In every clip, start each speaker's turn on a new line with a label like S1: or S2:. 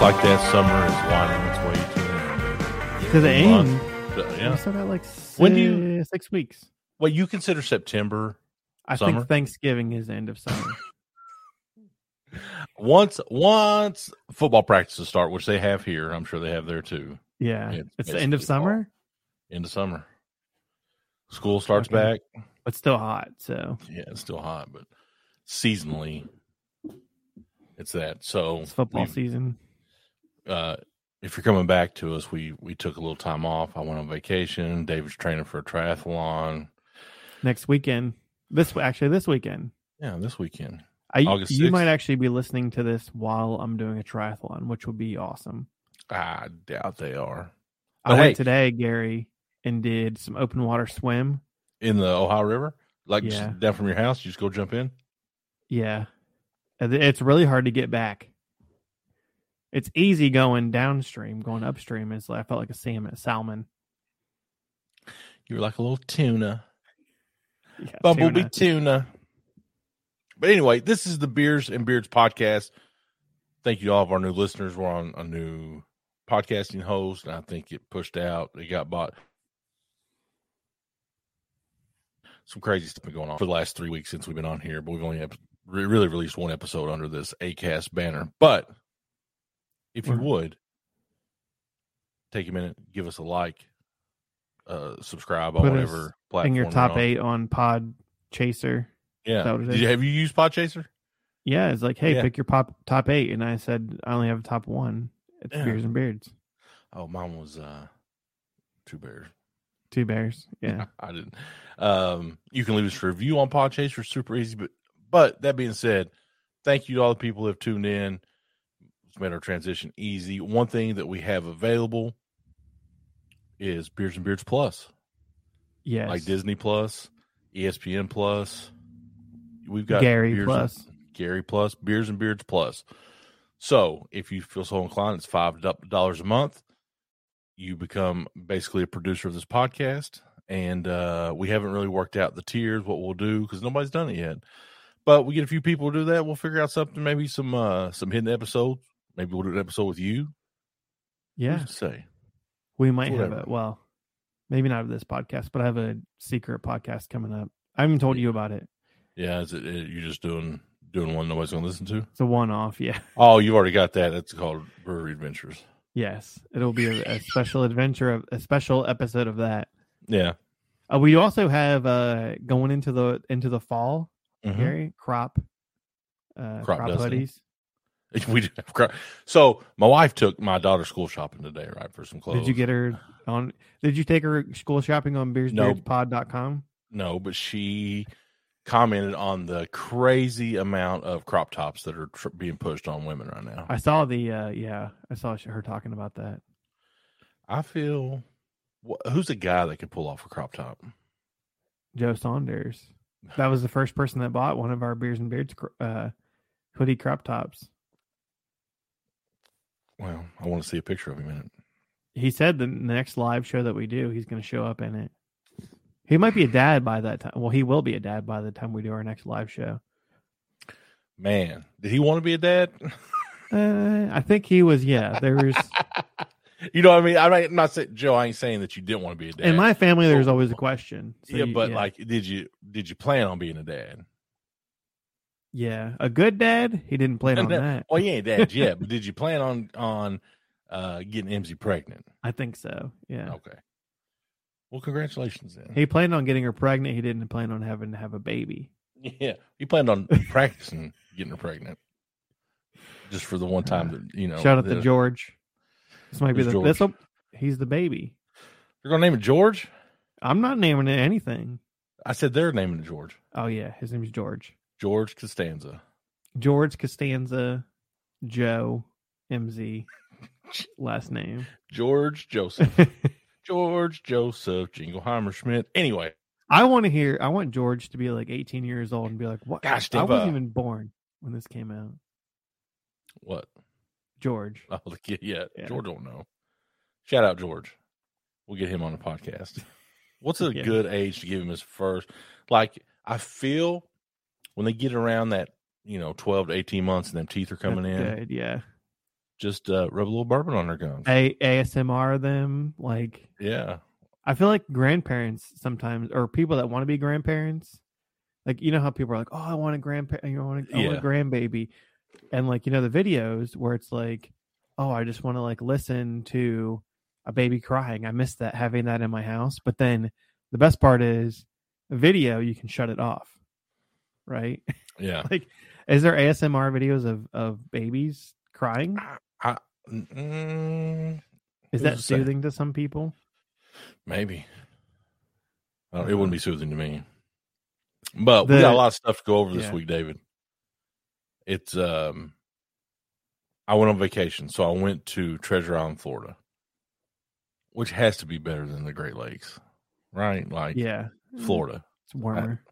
S1: like that summer is winding its way to an
S2: to the
S1: end.
S2: end.
S1: Month. So,
S2: We
S1: yeah.
S2: still got like six,
S1: When do you-
S2: six weeks.
S1: Well, you consider September
S2: I
S1: Summer?
S2: think Thanksgiving is the end of summer.
S1: once once football practices start, which they have here. I'm sure they have there too.
S2: Yeah,
S1: Yeah,
S2: it's the end of
S1: basically fall.
S2: summer,
S1: End of summer, school starts
S2: Okay.
S1: back.
S2: but still hot. So
S1: Yeah, it's still hot, but seasonally, it's that. So
S2: it's football
S1: we've-
S2: season.
S1: uh, if you're coming back to us, we we took a little time off. I went on vacation. David's training for a triathlon.
S2: Next weekend, this actually this weekend.
S1: Yeah, this weekend.
S2: I
S1: August
S2: you
S1: 6th.
S2: might actually be listening to this while I'm doing a triathlon, which would be awesome.
S1: I doubt they are
S2: I
S1: But
S2: went
S1: hey-
S2: today, Gary, and did some open water swim.
S1: in the Ohio River, like
S2: Yeah.
S1: just down from your house. You just go jump in.
S2: Yeah. And it- It's really hard to get back. It's easy going downstream, going upstream is I felt like a salmon salmon.
S1: You were like a little tuna,
S2: Yeah,
S1: bumblebee
S2: tuna.
S1: tuna. But anyway, this is the Beers and Beards podcast. Thank you to all of our new listeners. We're on a new podcasting host, and I think it pushed out. It got bought. some crazy stuff been going on for the last three weeks since we've been on here, but we've only ep- re- really released one episode under this ACAST banner. But if you
S2: Right.
S1: would take a minute, give us a like, uh, subscribe on
S2: Put us
S1: whatever platform.
S2: in your
S1: you're
S2: top
S1: on.
S2: eight on Pod Chaser. that
S1: Yeah.
S2: what it
S1: Did you,
S2: is?
S1: have you used Podchaser?
S2: Yeah, it's like, hey,
S1: Yeah.
S2: pick your pop top eight. And I said I only have a top one. It's
S1: Yeah.
S2: beers and beards.
S1: Oh, mine was uh, Two Bears.
S2: Two bears. Yeah.
S1: I didn't. Um, you can leave us a review on Podchaser, super easy. But but that being said, thank you to all the people who have tuned in. It's made our transition easy. One thing that we have available is Beards and Beards Plus,
S2: Yes.
S1: like Disney Plus, E ESPN Plus. We've got
S2: Gary
S1: Beards
S2: plus.
S1: and, Gary Plus, Beards and Beards Plus. So if you feel so inclined, it's five do- dollars a month. You become basically a producer of this podcast, and uh, we haven't really worked out the tiers what we'll do because nobody's done it yet. But we get a few people to do that. We'll figure out something, maybe some uh, some hidden episodes. Maybe we'll do an episode with you. Who's
S2: yeah.
S1: to say
S2: We might have
S1: whatever.
S2: a well, maybe not of this podcast, but I have a secret podcast coming up. I haven't told you about it.
S1: yeah, is it, it- you're just doing doing one nobody's going to listen to.
S2: It's a one off, yeah.
S1: Oh, you already got that. That's called Brewery Adventures.
S2: Yes, it'll be a, a special adventure of a special episode of that.
S1: Yeah,
S2: Uh, we also have uh, going into the into the fall,
S1: Mhm.
S2: Gary crop, uh,
S1: Crop
S2: crop,
S1: dusting.
S2: hoodies.
S1: We do have crap. So my wife took my daughter school shopping today, right, for some clothes.
S2: Did you get her on? Did you take her school shopping on
S1: Nope.
S2: beersbeardspod.com?
S1: No, but she commented on the crazy amount of crop tops that are tr- being pushed on women right now.
S2: I saw the uh, yeah, I saw she- her talking about that.
S1: I feel. wh- Who's a guy that could pull off a crop top?
S2: Joe Saunders. That was the first person that bought one of our beers and beards cr- uh, hoodie crop tops.
S1: Well, I want to see a picture of him in it.
S2: He said the the next live show that we do, he's going to show up in it. He might be a dad by that time. Well, he will be a dad by the time we do our next live show.
S1: Man, did he want to be a dad?
S2: Uh, I think he was. Yeah, there was
S1: you know what I mean? I'm not, I'm not saying Joe. I ain't saying that you didn't want to be a dad.
S2: in my family. There's always a question. So
S1: yeah,
S2: you-
S1: but like, did you did you plan on being a dad?
S2: yeah, a good dad. He didn't plan on that.
S1: Well, you ain't dad yet, but did you plan on on uh getting Emsy pregnant?
S2: I think so. Yeah,
S1: Okay. Well, congratulations then.
S2: he planned on getting her pregnant. He didn't plan on having to have a baby.
S1: yeah, you planned on practicing getting her pregnant, just for the one time that you know.
S2: Shout out
S1: that-
S2: to George. This might be
S1: Oh, Who's
S2: the
S1: George?
S2: this. will He's the baby.
S1: You're gonna name it George?
S2: I'm not naming it anything.
S1: I said they're naming it George.
S2: Oh yeah, his name's George.
S1: George Costanza.
S2: George Costanza, Joe, MZ, last name.
S1: George Joseph. George Joseph Jingleheimer Schmidt. Anyway,
S2: I want to hear. I want George to be like 18 years old and be like, "What?
S1: Gosh, uh,
S2: I wasn't
S1: Diva.
S2: even born when this came out."
S1: what?
S2: George,
S1: Oh, the kid. Yeah,
S2: Yeah.
S1: George don't know. Shout out George. We'll get him on the podcast. What's a
S2: Yeah.
S1: good age to give him his first? Like, I feel when they get around that, you know, twelve to eighteen months, and them teeth are coming
S2: That's
S1: in.
S2: good, Yeah,
S1: just uh, rub a little bourbon on their gums.
S2: A- ASMR them. Like
S1: Yeah,
S2: I feel like grandparents sometimes, or people that want to be grandparents, like you know how people are like, "Oh, I want a grandparent, you know, I want a, I want
S1: Yeah.
S2: a grandbaby," and like you know the videos where it's like, "Oh, I just want to like listen to a baby crying. I miss that having that in my house." But then the best part is a video you can shut it off, right?
S1: yeah.
S2: like, is there ASMR videos of of babies crying?
S1: Mm,
S2: Is
S1: Who's
S2: that
S1: to say?
S2: soothing to some people?
S1: maybe. I don't, it wouldn't be soothing to me. But we
S2: Uh-huh. The-
S1: got a lot of stuff to go over this
S2: yeah.
S1: week, David. It's um, I went on vacation, so I went to Treasure Island, Florida, which has to be better than the Great Lakes, right? Like
S2: Yeah,
S1: Florida.
S2: It's warmer.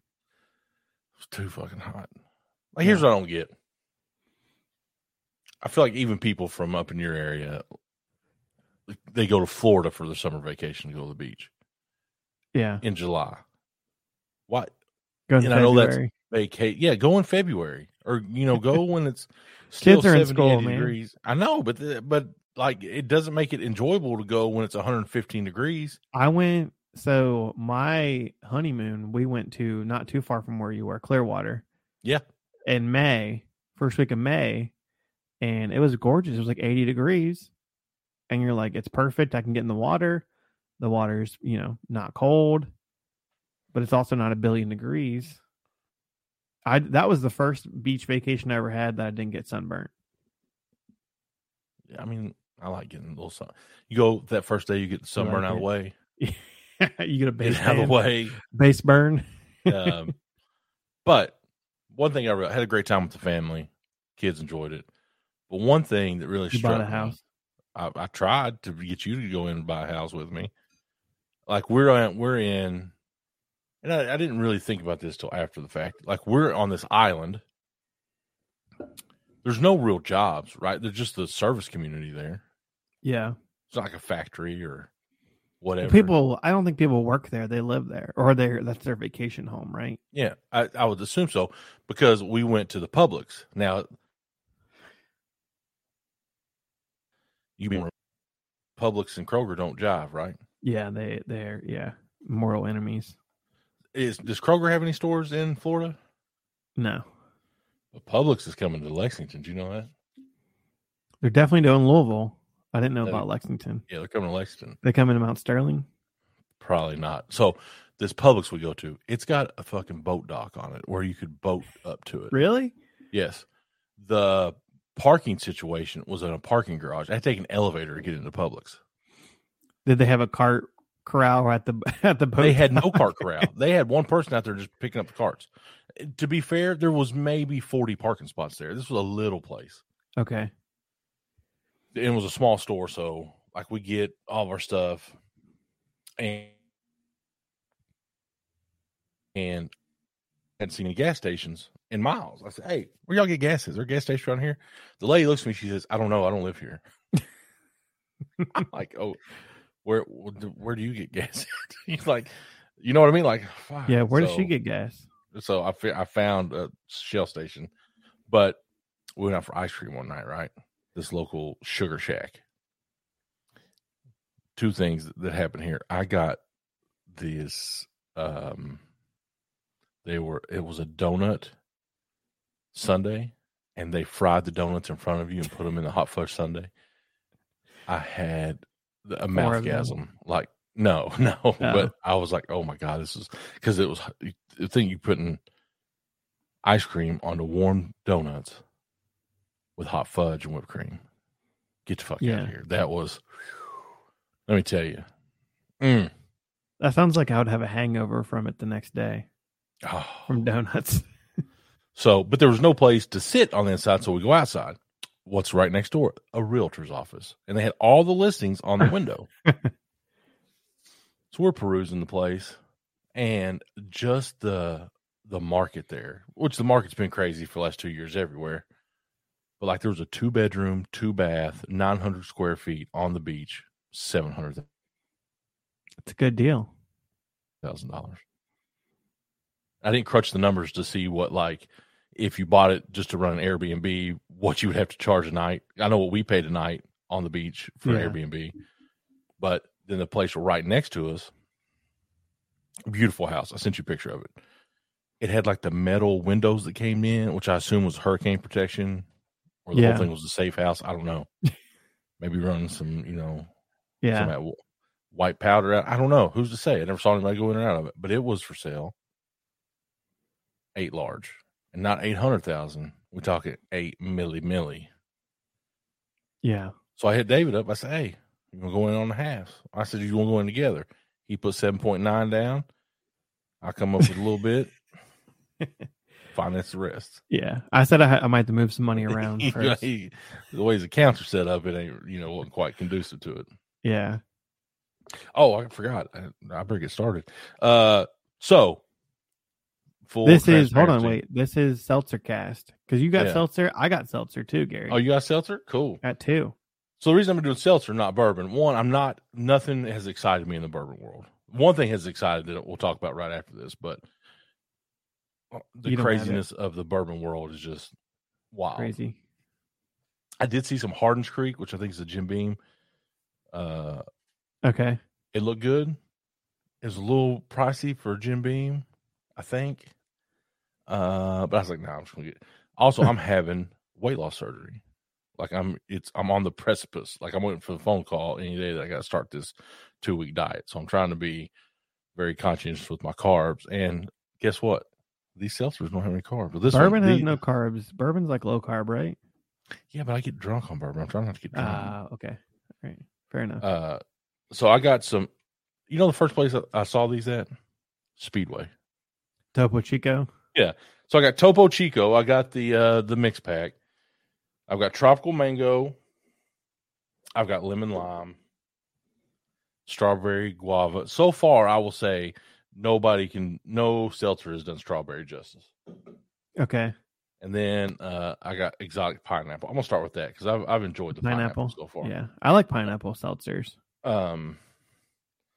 S1: It's too fucking hot. Like, here's what I don't get. I feel like even people from up in your area, they go to Florida for the summer vacation to go to the beach
S2: yeah,
S1: in July. Why
S2: go in
S1: and I know that's-
S2: February.
S1: vacate? Yeah, go in February or you know go when it's still
S2: Kids are in
S1: 70,
S2: school,
S1: 80
S2: man.
S1: degrees. I know, but the, but like it doesn't make it enjoyable to go when it's 115 degrees.
S2: I went. So my honeymoon, we went to not too far from where you were, Clearwater.
S1: Yeah.
S2: In May, first week of May, and it was gorgeous. It was like eighty degrees, and you're like, it's perfect. I can get in the water. The water's you know not cold, but it's also not a billion degrees. I that was the first beach vacation I ever had that I didn't get sunburnt.
S1: I mean, I like getting a little sun. You go that first day, you get the sunburn out of the way,
S2: you get a base
S1: get out of
S2: tan,
S1: the way.
S2: base burn.
S1: um, but one thing I re- I had a great time with the family, kids enjoyed it. But one thing that really
S2: You
S1: struck
S2: bought a
S1: me-
S2: house.
S1: I, I tried to get you to go in and buy a house with me. Like we're on, we're in, and I, I didn't really think about this till after the fact. Like we're on this island. There's no real jobs, right? There's just the service community there.
S2: Yeah.
S1: It's not like a factory or
S2: Well,
S1: whatever.
S2: People, I don't think people work there. They live there, or they that's their vacation home, right?
S1: Yeah, I, I would assume so because we went to the Publix. Now, you mean Publix and Kroger don't jive, right?
S2: Yeah, they they're yeah mortal enemies.
S1: Is does Kroger have any stores in Florida?
S2: No,
S1: Publix is coming to Lexington. Do you know that?
S2: they're definitely doing Louisville. I didn't know
S1: No.
S2: about Lexington.
S1: Oh, Yeah, they're coming to Lexington.
S2: They come into Mount Sterling.
S1: Probably not. So this Publix we go to, it's got a fucking boat dock on it where you could boat up to it.
S2: Really?
S1: Yes. The parking situation was in a parking garage. I had to take an elevator to get into Publix.
S2: Did they have a cart corral at the at the boat?
S1: They had
S2: dock?
S1: no cart corral. They had one person out there just picking up the carts. To be fair, there was maybe 40 parking spots there. This was a little place.
S2: Okay.
S1: And It was a small store, so like we get all of our stuff and and hadn't seen any gas stations in miles. I said, Hey, where y'all get gas? Is there a gas station around here? The lady looks at me, she says, I don't know, I don't live here. I'm like, Oh, where where do you get gas? He's like, you know what I mean? Like, fuck.
S2: Yeah. Where does she
S1: So-
S2: get gas?
S1: so I fi- I found a Shell station, but we went out for ice cream one night, right? This local sugar shack. Two things that happened here. I got this um they were it was a donut Sunday and they fried the donuts in front of you and put them in the hot fudge Sunday. I had the, a
S2: Four of them.
S1: mouthgasm. Like no, no, but I was like, oh my god, this is because it was the thing you putting ice cream on the warm donuts with hot fudge and whipped cream. Get the fuck out
S2: Yeah.
S1: of here. That was. Let me tell you. Mm.
S2: That sounds like I would have a hangover from it the next day
S1: Oh.
S2: from donuts.
S1: So, but there was no place to sit on the inside, so we go outside. What's right next door? A realtor's office, and they had all the listings on the window. so we're perusing the place, and just the the market there, which the market's been crazy for the last two years everywhere. But like, there was a two bedroom, two bath, nine hundred square feet on the beach, seven hundred
S2: It's a good deal.
S1: thousand dollars. I didn't crunch the numbers to see what like if you bought it just to run an Airbnb, what you would have to charge a night. I know what we paid a night on the beach for
S2: Yeah.
S1: Airbnb, but then the place right next to us, beautiful house. I sent you a picture of it. It had like the metal windows that came in, which I assume was hurricane protection, or the
S2: Yeah.
S1: whole thing was a safe house. I don't know. Maybe running some, you know, some
S2: Yeah.
S1: of that wh- white powder out. I don't know. Who's to say? I never saw anybody go in and out of it, but it was for sale. Eight large and not 800,000. We're talking eight milli milli.
S2: Yeah.
S1: So I hit David up. I said, Hey, you going to go in on the halves? I said, You want to go in together? He put 7.9 down. I come up with a little bit, finance the rest.
S2: Yeah. I said I, ha- I might have to move some money around first.
S1: the way his accounts are set up, it ain't, you know, wasn't quite conducive to it.
S2: Yeah.
S1: Oh, I forgot. I, I better get started. Uh, so full.
S2: This is, hold on,
S1: transparency.
S2: wait. This is Seltzer Cast because you got
S1: Yeah.
S2: Seltzer. I got Seltzer too, Gary.
S1: Oh, you got seltzer? Cool.
S2: got two.
S1: So the reason I'm doing seltzer, not bourbon. One, I'm not. Nothing has excited me in the bourbon world. One thing has excited that we'll talk about right after this, but uh, the
S2: You don't have it.
S1: craziness of the bourbon world is just wild.
S2: Crazy.
S1: I did see some Hardens Creek, which I think is a Jim Beam. Uh,
S2: Okay.
S1: It looked good. It was a little pricey for Jim Beam, I think. Uh, but I was like, no, I'm just gonna get. Also, I'm having weight loss surgery. Like I'm, it's I'm on the precipice. Like I'm waiting for the phone call any day that I got to start this two week diet. So I'm trying to be very conscientious with my carbs. And guess what? These seltzers don't have any carbs. But this one,
S2: Bourbon has
S1: the-
S2: no carbs. Bourbon's like low carb, right?
S1: Yeah, but I get drunk on bourbon. I'm trying not to get drunk.
S2: Ah, okay. All right. Fair enough.
S1: Uh-huh. Uh, so I got some. You know, the first place I- I saw these at Speedway.
S2: Topo Chico.
S1: So I got Topo Chico. I got the uh the mix pack. I've got tropical mango. I've got lemon lime, strawberry guava. So far, I will say nobody can no seltzer has done strawberry justice.
S2: Okay.
S1: And then uh I got exotic pineapple. I'm gonna start with that because I've I've enjoyed the pineapple,
S2: Pineapple.
S1: so far.
S2: Yeah. I like pineapple seltzers.
S1: Um.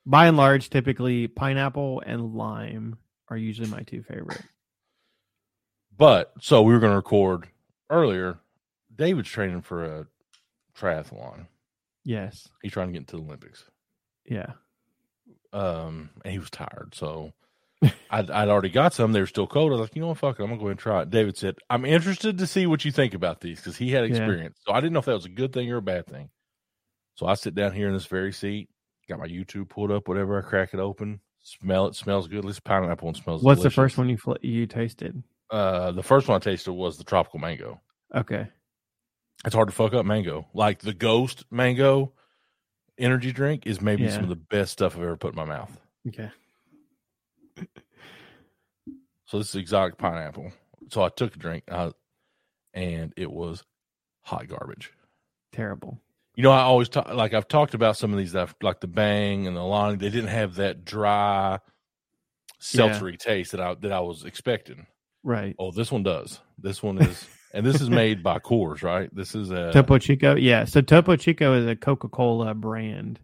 S2: By and large, typically pineapple and lime are usually my two favorite.
S1: But so we were gonna record earlier. David's training for a triathlon.
S2: Yes.
S1: He's trying to get into the Olympics.
S2: Yeah.
S1: um, and he was tired. So I'd, I'd already got some. They were still cold. I was like, you know what, fuck it. I'm gonna go ahead and try it. David said, I'm interested to see what you think about these because he had
S2: Yeah.
S1: experience. So I didn't know if that was a good thing or a bad thing. So I sit down here in this very seat, got my YouTube pulled up, whatever. I crack it open, smell it. Smells good. This pineapple one smells.
S2: What's the
S1: delicious.
S2: first one you fl- you tasted?
S1: Uh, the first one I tasted was the tropical mango.
S2: Okay.
S1: It's hard to fuck up mango. Like the ghost mango energy drink is maybe
S2: Yeah.
S1: some of the best stuff I've ever put in my mouth.
S2: Okay.
S1: So this is exotic pineapple. So I took a drink, uh, and it was hot garbage.
S2: Terrible.
S1: You know, I always talk like I've talked about some of these that I've, like the Bang and the Lonnie. They didn't have that dry, seltzery taste that I that I was expecting.
S2: Right.
S1: Oh, this one does. This one is, and this is made by Coors, right? This is a
S2: Topo Chico, yeah. So Topo Chico is a Coca Cola brand,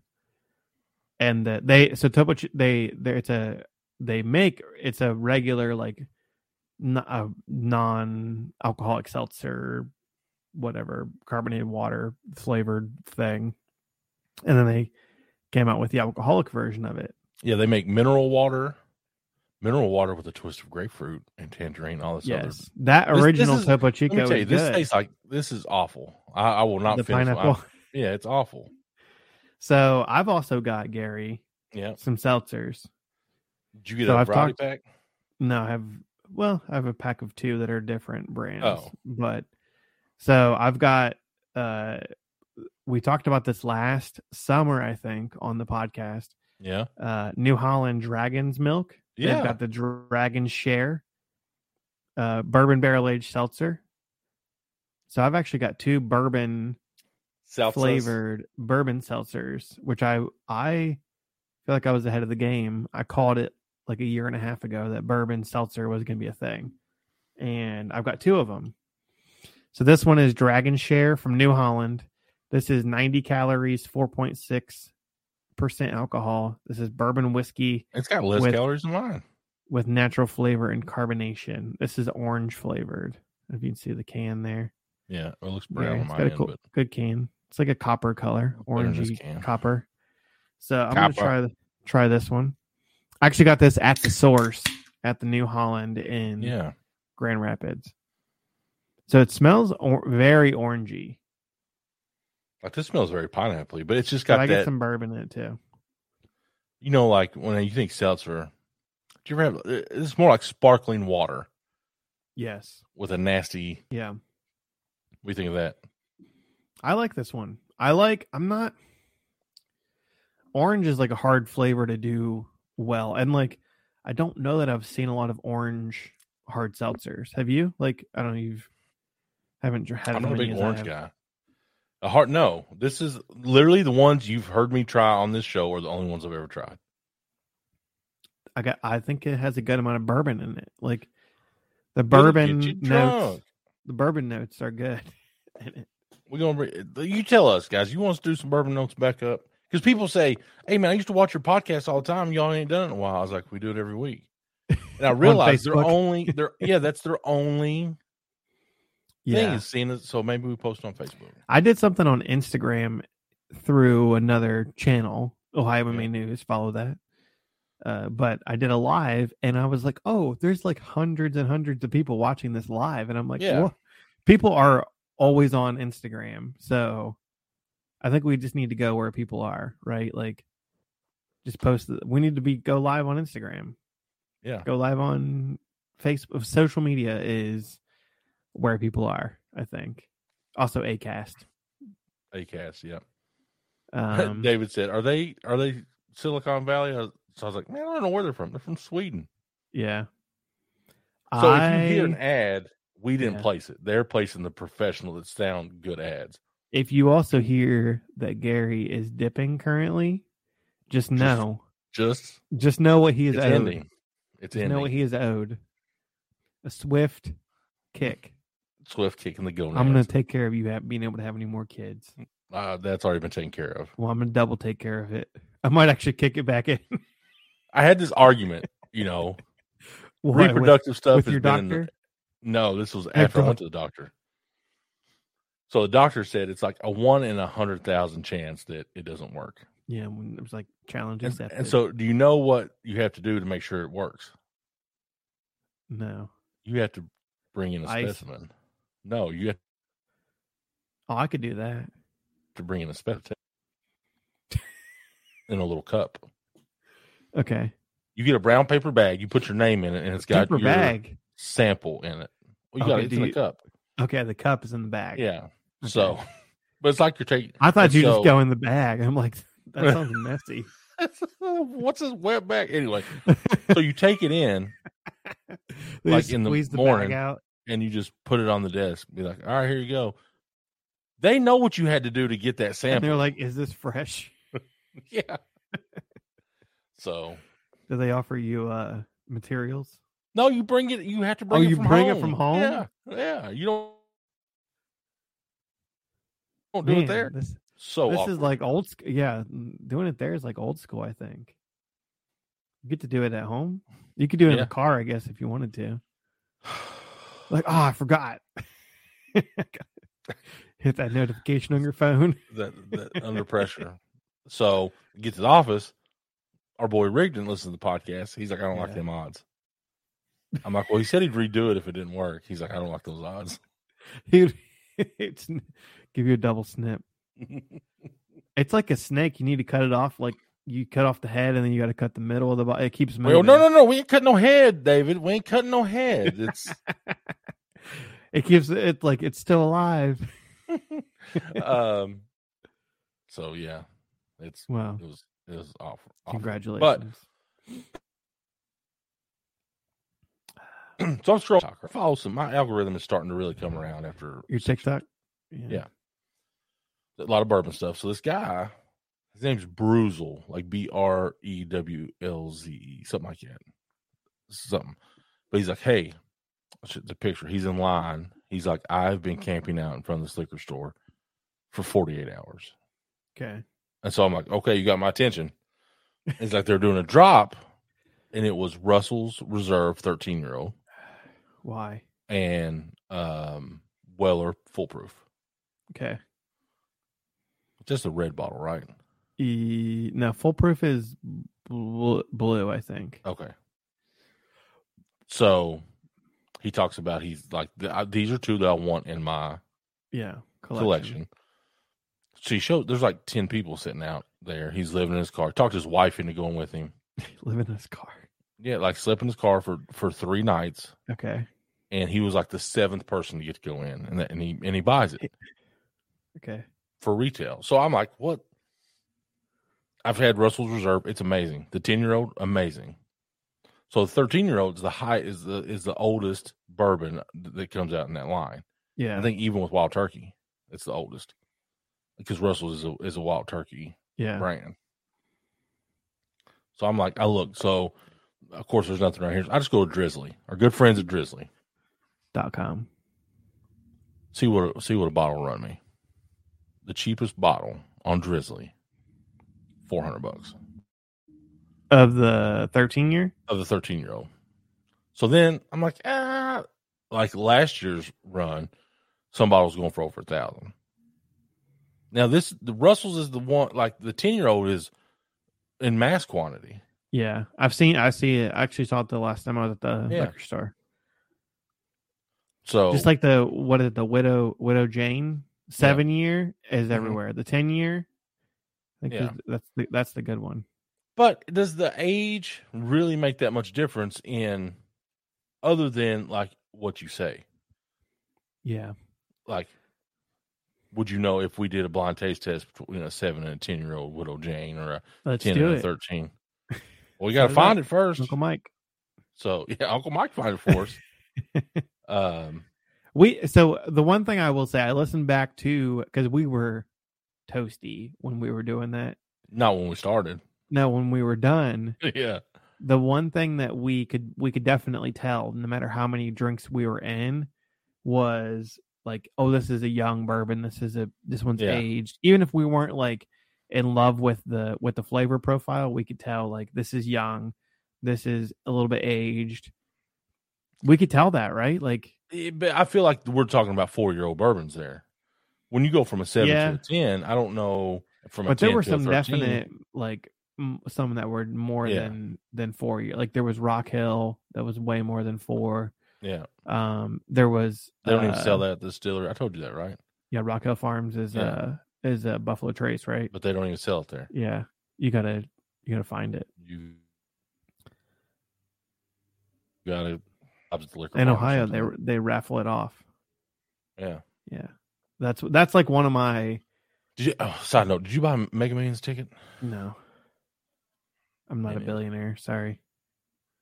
S2: and the, they so Topo Chi- they they it's a they make it's a regular like n- a non alcoholic seltzer, whatever carbonated water flavored thing, and then they came out with the alcoholic version of it.
S1: yeah. They make mineral water, mineral water with a twist of grapefruit and tangerine, all this other.
S2: yes, that
S1: This- this
S2: original
S1: is-
S2: Topo
S1: Let
S2: Chico
S1: me tell you,
S2: is
S1: this
S2: good.
S1: tastes like this is awful. I, I will not
S2: the
S1: finish. I-
S2: pineapple.
S1: yeah, it's awful.
S2: So I've also got Gary
S1: Yeah.
S2: some seltzers.
S1: Did you get
S2: So
S1: a
S2: I've
S1: variety
S2: talked-
S1: pack?
S2: No, I have well, I have a pack of two that are different brands.
S1: Oh.
S2: But so I've got uh we talked about this last summer, I think, on the podcast.
S1: Yeah.
S2: Uh New Holland Dragon's Milk. They've got the Dragon Share uh bourbon barrel aged seltzer. So I've actually got two bourbon
S1: South
S2: flavored bourbon seltzers, which I I feel like I was ahead of the game. I called it like a year and a half ago that bourbon seltzer was going to be a thing, and I've got two of them. So this one is Dragon Share from New Holland. This is 90 calories, 4.6 percent alcohol. This is bourbon whiskey.
S1: It's got less
S2: with-
S1: calories than mine.
S2: with natural flavor and carbonation. This is orange flavored. If you can see the can there,
S1: Yeah, it looks
S2: yeah,
S1: brown on
S2: it's
S1: my
S2: got a
S1: end,
S2: cool,
S1: but
S2: good can. It's like a copper color,
S1: Better than this can.
S2: orangey copper. So I'm
S1: Copper.
S2: gonna try th- try this one. I actually got this at the source at the New Holland in
S1: yeah,
S2: Grand Rapids. So it smells or- very orangey.
S1: like this smells very pineapple but it's just
S2: But
S1: got
S2: I
S1: that.
S2: get some bourbon in it too.
S1: you know, like when you think seltzer, do you ever have? it- It's more like sparkling water
S2: Yes.
S1: with a nasty.
S2: Yeah.
S1: We think of that.
S2: I like this one. I like. I'm not. Orange is like a hard flavor to do well, and like I don't know that I've seen a lot of orange hard seltzers. Have you? Like I don't know. You've haven't dr- had.
S1: I'm
S2: as
S1: not a
S2: many
S1: big
S2: as I
S1: orange
S2: have.
S1: guy. A hard no. This is literally the ones you've heard me try on this show are the only ones I've ever tried.
S2: I got. I think it has a good amount of bourbon in it. Like the
S1: It'll get
S2: bourbon
S1: you
S2: notes.
S1: drunk.
S2: The bourbon notes are good. in it.
S1: We're gonna bring, you tell us guys. You want us to do some bourbon notes back up because people say, "Hey man, I used to watch your podcast all the time. Y'all ain't done it in a while." I was like, "We do it every week." And I
S2: On
S1: realized they're
S2: Facebook.
S1: only they're yeah that's their only thing
S2: yeah.
S1: is seeing it. So maybe we post on Facebook.
S2: I did something on Instagram through another channel, Ohio MMA
S1: Yeah.
S2: News. Follow that. Uh, but I did a live, and I was like, "Oh, there's like hundreds and hundreds of people watching this live," and I'm like,
S1: Yeah.
S2: "Whoa." people are always on Instagram." So I think we just need to go where people are, right? Like, just post. The, we need to be go live on Instagram.
S1: Yeah.
S2: go live on Facebook. Social media is where people are. I think. Also, Acast.
S1: Acast, yeah.
S2: Um,
S1: David said, "Are they are they Silicon Valley?" I was- So I was like, "Man, I don't know where they're from. They're from Sweden."
S2: yeah.
S1: So
S2: I,
S1: if you hear an ad, we didn't
S2: Yeah.
S1: place it. They're placing the professional that sound good ads.
S2: if you also hear that Gary is dipping currently, just know,
S1: Just
S2: just, know what he is
S1: it's
S2: owed.
S1: ending. It's
S2: Just know what
S1: ending.
S2: he is owed. A swift kick.
S1: Swift kicking the goal.
S2: I'm gonna take care of you ha- being able to have any more kids.
S1: Uh, that's already been taken care of.
S2: Well, I'm gonna double take care of it. I might actually kick it back in.
S1: I had this argument. You know,
S2: Why, with-
S1: reproductive stuff
S2: with
S1: has
S2: your
S1: been in the-
S2: doctor?
S1: no, this was
S2: Your
S1: after I went to the doctor. So the doctor said it's like a one in a hundred thousand chance that it doesn't work.
S2: Yeah, when it was like challenge
S1: And,
S2: accepted.
S1: and so, do you know what you have to do to make sure it works?
S2: no.
S1: You have to bring in a
S2: Ice.
S1: specimen. No, you have
S2: Oh, I could do that.
S1: to bring in a specimen in a little cup.
S2: Okay.
S1: You get a brown paper bag. You put your name in it, and it's got
S2: Paper
S1: your
S2: bag.
S1: sample in it. Well, you
S2: Okay,
S1: got it
S2: do
S1: in a
S2: you-
S1: cup.
S2: Okay, the cup is in the bag.
S1: Yeah.
S2: Okay.
S1: So, but it's like you're taking.
S2: I thought
S1: and
S2: you
S1: so-
S2: just go in the bag. I'm like, that sounds messy.
S1: What's this wet bag anyway? So you take it in
S2: They
S1: Like
S2: just
S1: in the
S2: squeeze bag
S1: morning.
S2: out.
S1: and you just put it on the desk. Be like, all right, here you go. They know what you had to do to get that
S2: And
S1: sample.
S2: they're like, "Is this fresh?
S1: yeah. so
S2: Do they offer you uh materials?"
S1: no, you bring it. You have to bring. it
S2: Oh, you
S1: from
S2: bring
S1: home.
S2: it from home?
S1: Yeah, yeah. You don't don't do
S2: Man,
S1: it there.
S2: This,
S1: So uh,
S2: this
S1: awkward.
S2: is like old. sc- Yeah, mm, doing it there is like old school. I think you get to do it at home. You could do it in
S1: Yeah.
S2: the car, I guess, if you wanted to. Like, oh, I forgot. Hit that notification on your phone.
S1: that, that under pressure. So get to the office. Our boy Rigdon listens to the podcast. He's like, I don't like
S2: Yeah.
S1: them odds. I'm like, well, he said he'd redo it if it didn't work. He's like, I don't like those odds.
S2: He'd, he'd sn- give you a double snip. It's like a snake. You need to cut it off. Like you cut off the head, and then you got to cut the middle of the body. It keeps moving.
S1: well, no, no, no. We ain't cutting no head, David. We ain't cutting no head. It's
S2: It keeps it like it's still alive.
S1: um. So yeah, it's
S2: Wow!
S1: it was it was awful. awful.
S2: Congratulations.
S1: so I'm scrolling. Follow some. My algorithm is starting to really come around after
S2: your TikTok.
S1: Yeah. a lot of bourbon stuff. So this guy, his name's Bruzel, like B R E W L Z E, something like that. Something. But he's like, hey, it's the picture. He's in line. He's like, I've been camping out in front of this liquor store for 48 hours.
S2: Okay.
S1: And so I'm like, okay, you got my attention. It's like they're doing a drop and it was Russell's Reserve 13 year old
S2: Why?
S1: and um, Weller Foolproof.
S2: Okay.
S1: Just a red bottle, right?
S2: E, no, foolproof is bl- blue, I think.
S1: Okay. So he talks about he's like, th- I- these are two that I want in my
S2: Yeah.
S1: collection. So he showed there's like 10 people sitting out there. He's living in his car. Talked his wife into going with him.
S2: Live in this car.
S1: Yeah, like slept in his car for for three nights,
S2: Okay.
S1: and he was like the seventh person to get to go in, and that, and he and he buys it
S2: Okay.
S1: for retail. So I'm like, what? I've had Russell's Reserve. It's amazing. The ten year old, amazing. So the thirteen year old is the high is the is the oldest bourbon that comes out in that line.
S2: Yeah.
S1: I think even with Wild Turkey, it's the oldest because Russell's is a, is a Wild Turkey
S2: yeah.
S1: brand. So I'm like, I look. So of course, there's nothing right here. I just go to Drizzly. Our good friends at Drizzly.
S2: Dot com.
S1: See what see what a bottle will run me. The cheapest bottle on Drizzly, four hundred bucks
S2: Of the 13 year?
S1: of the thirteen year old. So then I'm like, ah, like last year's run, some bottles going for over a thousand. Now this the Russells is the one like the ten year old is in mass quantity.
S2: Yeah. I've seen, I see it. I actually saw it the last time I was at the
S1: Yeah.
S2: liquor store.
S1: So
S2: Just like the, what is it, the Widow, Widow Jane? Seven year is
S1: Mhm.
S2: everywhere. The 10 year, I think
S1: Yeah.
S2: is- that's, the, that's the good one.
S1: But does the age really make that much difference in other than like what you say?
S2: Yeah.
S1: Like, would you know if we did a blind taste test between a seven and a 10 year old widow Jane or a
S2: Let's
S1: 10
S2: do
S1: and a
S2: it.
S1: 13? Well, we got to
S2: Sounds
S1: find it first.
S2: Uncle Mike.
S1: So, yeah, Uncle Mike find it for us. um,
S2: We so the one thing I will say, I listened back to because we were toasty when we were doing that.
S1: not when we started.
S2: No, when we were done,
S1: yeah.
S2: the one thing that we could we could definitely tell, no matter how many drinks we were in, was like, oh, this is a young bourbon. This is a this one's
S1: Yeah.
S2: aged. Even if we weren't like in love with the with the flavor profile, we could tell like this is young, this is a little bit aged. We could tell that, right? Like,
S1: It- Eh, but I feel like we're talking about four year old bourbons there. When you go from a seven
S2: Yeah.
S1: to a 10, I don't know. From a
S2: but
S1: 10
S2: there were
S1: to a
S2: some
S1: 13.
S2: definite like m- some that were more
S1: Yeah.
S2: than than four years. Like there was Rock Hill that was way more than four.
S1: Yeah.
S2: Um, there was
S1: They don't even
S2: uh,
S1: sell that at the distillery. I told you that, right?
S2: Yeah, Rock Hill Farms is
S1: Yeah.
S2: uh is a Buffalo Trace, right?
S1: but they don't even sell it there.
S2: Yeah, you gotta you gotta find it
S1: You got it. Liquor
S2: in
S1: bar or
S2: Ohio. They
S1: something.
S2: they raffle it off.
S1: yeah.
S2: Yeah, that's that's like one of my
S1: Did you? Oh, side note: Did you buy Mega Millions ticket?
S2: no. I'm not a
S1: Maybe.
S2: billionaire. Sorry,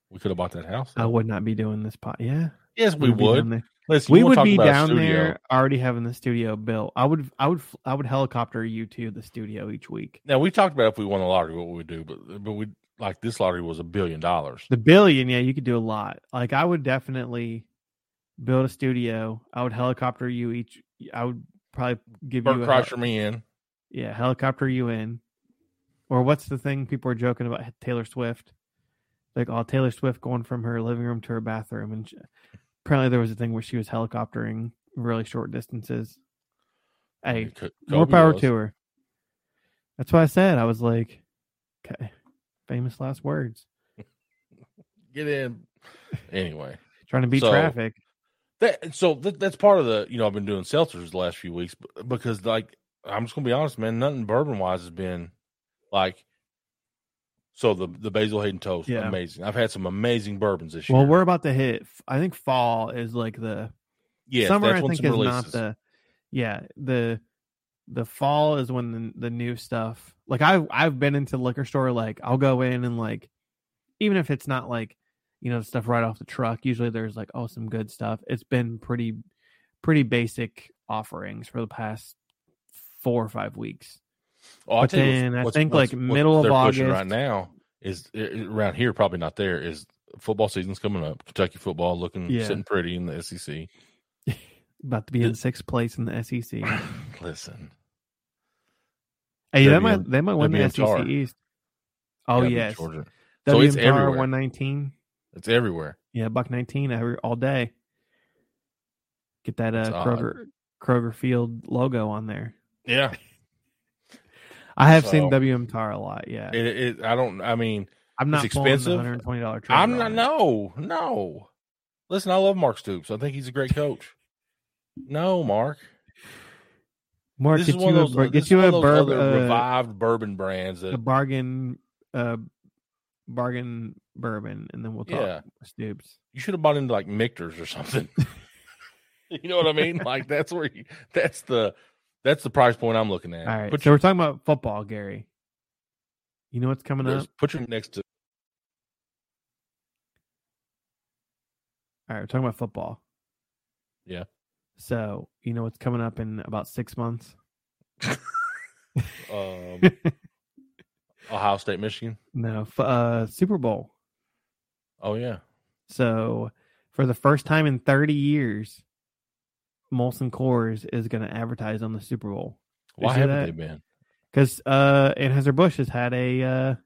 S1: We could have bought that house.
S2: I would not be doing this pot. Yeah,
S1: yes, we
S2: I'd be down
S1: would.
S2: there.
S1: Listen,
S2: we
S1: you wanna
S2: would
S1: talk
S2: be
S1: about a
S2: down
S1: studio.
S2: there already having the studio built. I would, I would, I would helicopter you to the studio each week.
S1: Now we talked about if we won the lottery, what we would do, but but we like this lottery was a billion dollars.
S2: The billion, yeah, you could do a lot. Like I would definitely build a studio. I would helicopter you each. I would probably give
S1: Bert
S2: you, a hel-
S1: Kreischer me in.
S2: yeah, helicopter you in. Or what's the thing people are joking about Taylor Swift? Like, oh, Taylor Swift going from her living room to her bathroom, and she, apparently there was a thing where she was helicoptering really short distances. Hey,
S1: Co-
S2: More
S1: Kobe
S2: power
S1: was.
S2: to her. That's why I said I was like, okay, famous last words.
S1: Get in. Anyway,
S2: Trying to beat
S1: So-
S2: traffic.
S1: That so that, that's part of the you know I've been doing seltzers the last few weeks b- because like I'm just gonna be honest, man, nothing bourbon wise has been like. So the the basil Hayden toast,
S2: Yeah.
S1: amazing. I've had some amazing bourbons this year.
S2: Well, we're about to hit. I think fall is like the
S1: yeah,
S2: summer.
S1: that's
S2: I
S1: when
S2: think is
S1: some releases.
S2: not the. Yeah the the fall is when the, the new stuff. Like I I've been into liquor store. Like I'll go in and like, even if it's not like, you know, stuff right off the truck. Usually there's like oh some good stuff. It's been pretty pretty basic offerings for the past four or five weeks.
S1: Oh, I'll
S2: but
S1: tell you what's-
S2: then I
S1: what's-
S2: think,
S1: what's-
S2: like,
S1: what
S2: middle of
S1: they're pushing
S2: August-
S1: right now is i- i- around here probably not there is football season's coming up. Kentucky football looking
S2: Yeah.
S1: sitting pretty in the E SEC.
S2: About to be in sixth place in the E SEC.
S1: Listen,
S2: Hey,
S1: They'll
S2: they
S1: be
S2: might
S1: in-
S2: they might win
S1: they'll be
S2: the
S1: in
S2: SEC
S1: Tar.
S2: East. Oh
S1: gotta beat
S2: yes,
S1: Georgia. So it's everywhere.
S2: WMR one nineteen.
S1: It's everywhere.
S2: Yeah, buck nineteen every all day. Get that
S1: That's
S2: uh,
S1: odd.
S2: Kroger Kroger Field logo on there.
S1: Yeah.
S2: I have
S1: So-
S2: seen WMTAR a lot. Yeah,
S1: It, it, I don't, I mean,
S2: I'm
S1: it's
S2: not pulling the
S1: expensive.
S2: hundred and twenty dollar.
S1: I'm not, no, no. Listen, I love Mark Stoops. I think he's a great coach. No, Mark.
S2: Mark,
S1: this
S2: get
S1: is one
S2: you a
S1: of
S2: bur-
S1: those, this
S2: get
S1: is
S2: you
S1: one
S2: a
S1: of those
S2: burb,
S1: other
S2: uh,
S1: revived bourbon brands
S2: a
S1: that,
S2: bargain, uh, bargain bourbon, and then we'll talk.
S1: yeah,
S2: Stoops.
S1: you should have bought into like Michter's or something. you know what I mean? Like that's where you, that's the, that's the price point I'm looking at.
S2: All right.
S1: Put
S2: so
S1: your,
S2: we're talking about football, Gary. You know what's coming up?
S1: there's- put your next to,
S2: All right, we're talking about football.
S1: Yeah.
S2: So you know what's coming up in about six months?
S1: um, Ohio State, Michigan.
S2: No, f- uh, Super Bowl.
S1: Oh yeah.
S2: So for the first time in 30 years, Molson Coors is going to advertise on the Super Bowl
S1: Why
S2: see
S1: haven't
S2: that?
S1: they been?
S2: because uh, Anheuser Busch has had a, uh, a
S1: Like,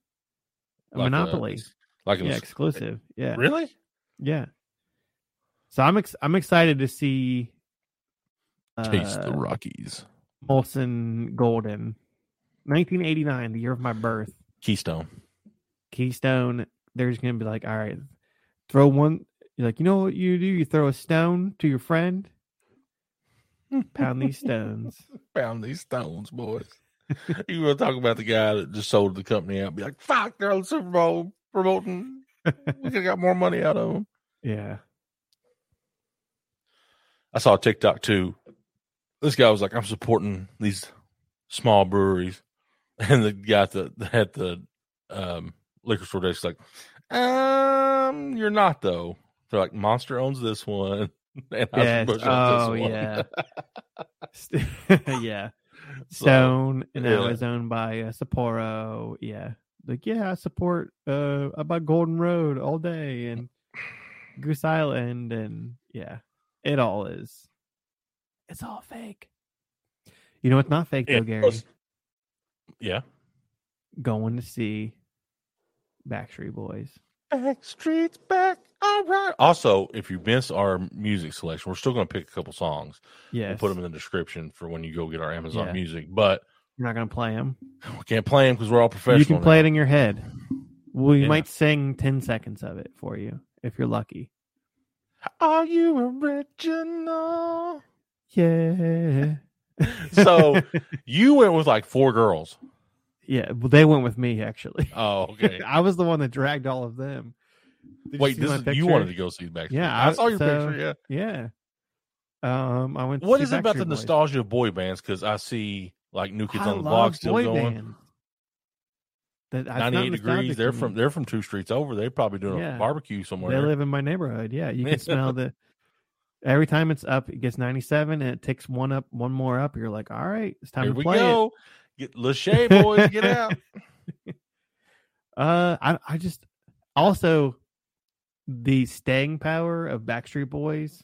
S1: uh,
S2: monopoly,
S1: Like an
S2: yeah, exclusive, yeah,
S1: Really?
S2: yeah. So I'm ex- I'm excited to see uh,
S1: Rockies.
S2: Molson Golden, 1989, the year of my birth.
S1: Keystone.
S2: Keystone, they're just gonna be like, all right, throw one. You're like, you know what you do? You throw a stone to your friend,
S1: Hmm.
S2: pound these stones.
S1: Found these stones, boys. you were talking about the guy that just sold the company out. Be like, fuck, they're on the Super Bowl promoting. We could have got more money out of them.
S2: Yeah,
S1: I saw a TikTok too. This guy was like, I'm supporting these small breweries. And the guy at the, at the um, liquor store desk is like, um, you're not, though. They're like, Monster owns this one. And Anheuser-Busch
S2: yes.
S1: owns this
S2: Oh
S1: one."
S2: yeah, Oh, St- yeah.
S1: So,
S2: Stone and now
S1: yeah.
S2: is owned by uh, Sapporo. Yeah, like yeah, I support. Uh, I buy Golden Road all day and Goose Island and yeah, it all is. It's all fake. You know it's not fake though,
S1: Yeah,
S2: Gary.
S1: plus- yeah.
S2: going to see Backstreet Boys.
S1: Backstreet's back. All right. Also, if you miss our music selection, we're still going to pick a couple songs.
S2: Yes.
S1: We'll put them in the description for when you go get our Amazon
S2: Yeah.
S1: Music, but
S2: You're not going to play them.
S1: we can't play them because we're all professional.
S2: You can play it
S1: now.
S2: in your head. We
S1: Yeah.
S2: might sing 10 seconds of it for you if you're lucky.
S1: Are you original?
S2: Yeah.
S1: So you went with like four girls.
S2: yeah, well, they went with me actually.
S1: Oh, okay.
S2: I was the one that dragged all of them. Did you
S1: Wait,
S2: see
S1: this
S2: my
S1: is you
S2: picture?
S1: wanted to go see Backstreet.
S2: Yeah,
S1: I,
S2: I-
S1: saw your
S2: so-
S1: picture. Yeah.
S2: Yeah. Um, I went. to
S1: What
S2: see
S1: is it about
S2: Backstreet
S1: the
S2: Boys.
S1: nostalgia of boy bands? Because I see like New Kids
S2: I
S1: on the
S2: love
S1: Block still
S2: boy
S1: going.
S2: bands. That, that's not
S1: 98 degrees.
S2: nostalgic
S1: They're
S2: to
S1: from
S2: me.
S1: they're from two streets over. They're probably doing
S2: Yeah.
S1: a barbecue somewhere.
S2: They live in my neighborhood. Yeah, you
S1: Yeah.
S2: can smell the. Every time it's up, it gets 97, and it takes one up, one more up. You're like, all right, it's time
S1: Here
S2: to
S1: we
S2: play
S1: go. Get Lachey boys, get out.
S2: it. Uh, I, I just also the staying power of Backstreet Boys.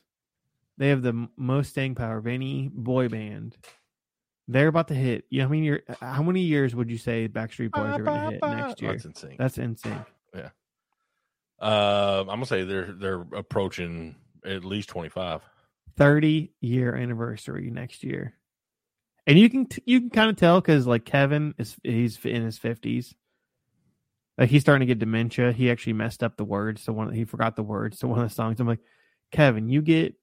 S2: They have the m- most staying power of any boy band. They're about to hit. You know, how many year, how many years would you say Backstreet Boys are going to hit next year?
S1: That's Oh, insane.
S2: That's insane.
S1: Um, I'm gonna say they're they're approaching at least 25.
S2: 30 year anniversary next year. And you can you can kind of tell because like Kevin is he's in his fifties, like he's starting to get dementia. He actually messed up the words to one. He forgot the words to one of the songs. I'm like, Kevin, you get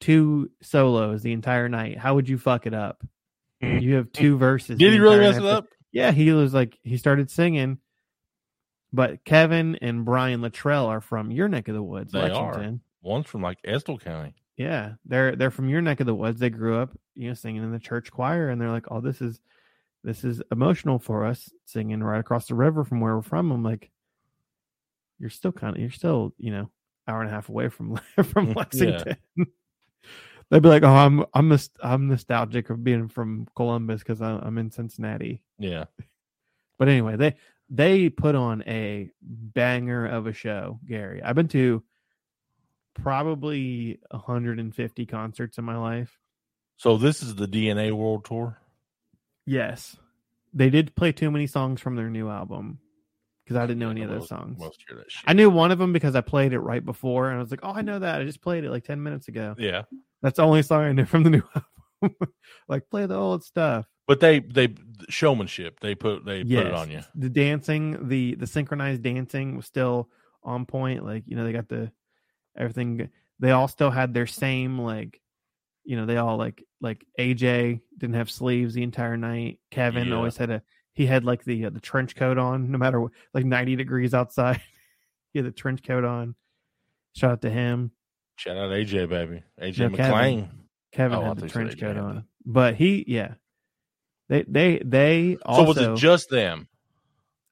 S2: two solos the entire night. How would you fuck it up? You have two verses.
S1: Hmm. Did
S2: the
S1: he really
S2: entire
S1: mess it
S2: night."
S1: up?
S2: Yeah, he was like he started singing, but Kevin and Brian Luttrell are from your neck of the woods,
S1: They are.
S2: Lexington.
S1: One's from like Estill County.
S2: Yeah, they're they're from your neck of the woods. They grew up, you know, singing in the church choir, and they're like, "Oh, this is this is emotional for us, singing right across the river from where we're from." I'm like, "You're still kind of, you're still, you know, hour and a half away from from
S1: Yeah.
S2: Lexington." They'd be like, "Oh, I'm I'm nost- I'm nostalgic of being from Columbus because I'm in Cincinnati."
S1: Yeah.
S2: But anyway, they they put on a banger of a show, Gary. I've been to probably 150 concerts in my life.
S1: So this is the DNA World Tour.
S2: Yes. They did play too many songs from their new album because I didn't know any of those
S1: Most-
S2: songs.
S1: Most hear that shit.
S2: I knew one of them because I played it right before, and I was like, "Oh, I know that. I just played it like ten minutes ago."
S1: Yeah,
S2: That's the only song I knew from the new album. like, play the old stuff.
S1: but they they showmanship. They put they put it
S2: Yes.
S1: on you.
S2: The dancing, the the synchronized dancing was still on point. Like, you know, they got the everything. They all still had their same like, you know, they all like like AJ didn't have sleeves the entire night. Kevin
S1: Yeah.
S2: always had a he had like the uh, the trench coat on no matter what, like ninety degrees outside. he had the trench coat on. Shout out to him.
S1: Shout out AJ baby, AJ
S2: No, Kevin.
S1: McClain.
S2: Kevin
S1: Oh, I
S2: had the
S1: think so, they
S2: trench
S1: did
S2: coat
S1: have
S2: on,
S1: that.
S2: but he yeah. They they they also
S1: so was it just them?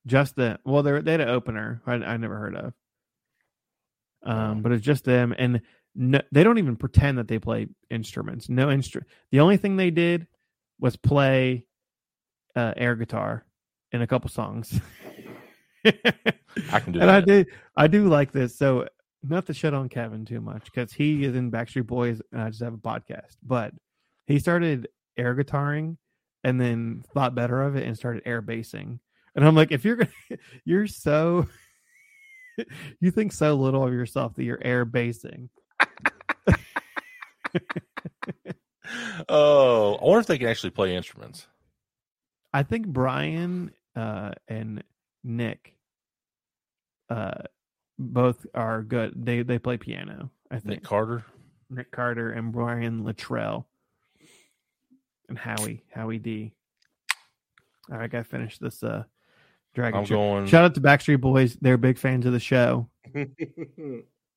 S2: just the well they they had an opener I, I never heard of um but it's just them and no, they don't even pretend that they play instruments no instrument the only thing they did was play uh air guitar in a couple songs
S1: I can do that.
S2: and i do i do like this so not to shut on kevin too much because he is in backstreet boys and i just have a podcast but he started air guitaring and then thought better of it and started air basing and i'm like if you're gonna you're so you think so little of yourself that you're air basing
S1: Oh, I wonder if they can actually play instruments.
S2: i think brian uh and nick uh both are good they they play piano i think
S1: Nick Carter.
S2: Nick Carter and Brian Luttrell and Howie Howie D. All right, I gotta finish this uh Dragon
S1: I'm
S2: Show.
S1: going.
S2: Shout out to Backstreet Boys; they're big fans of the show.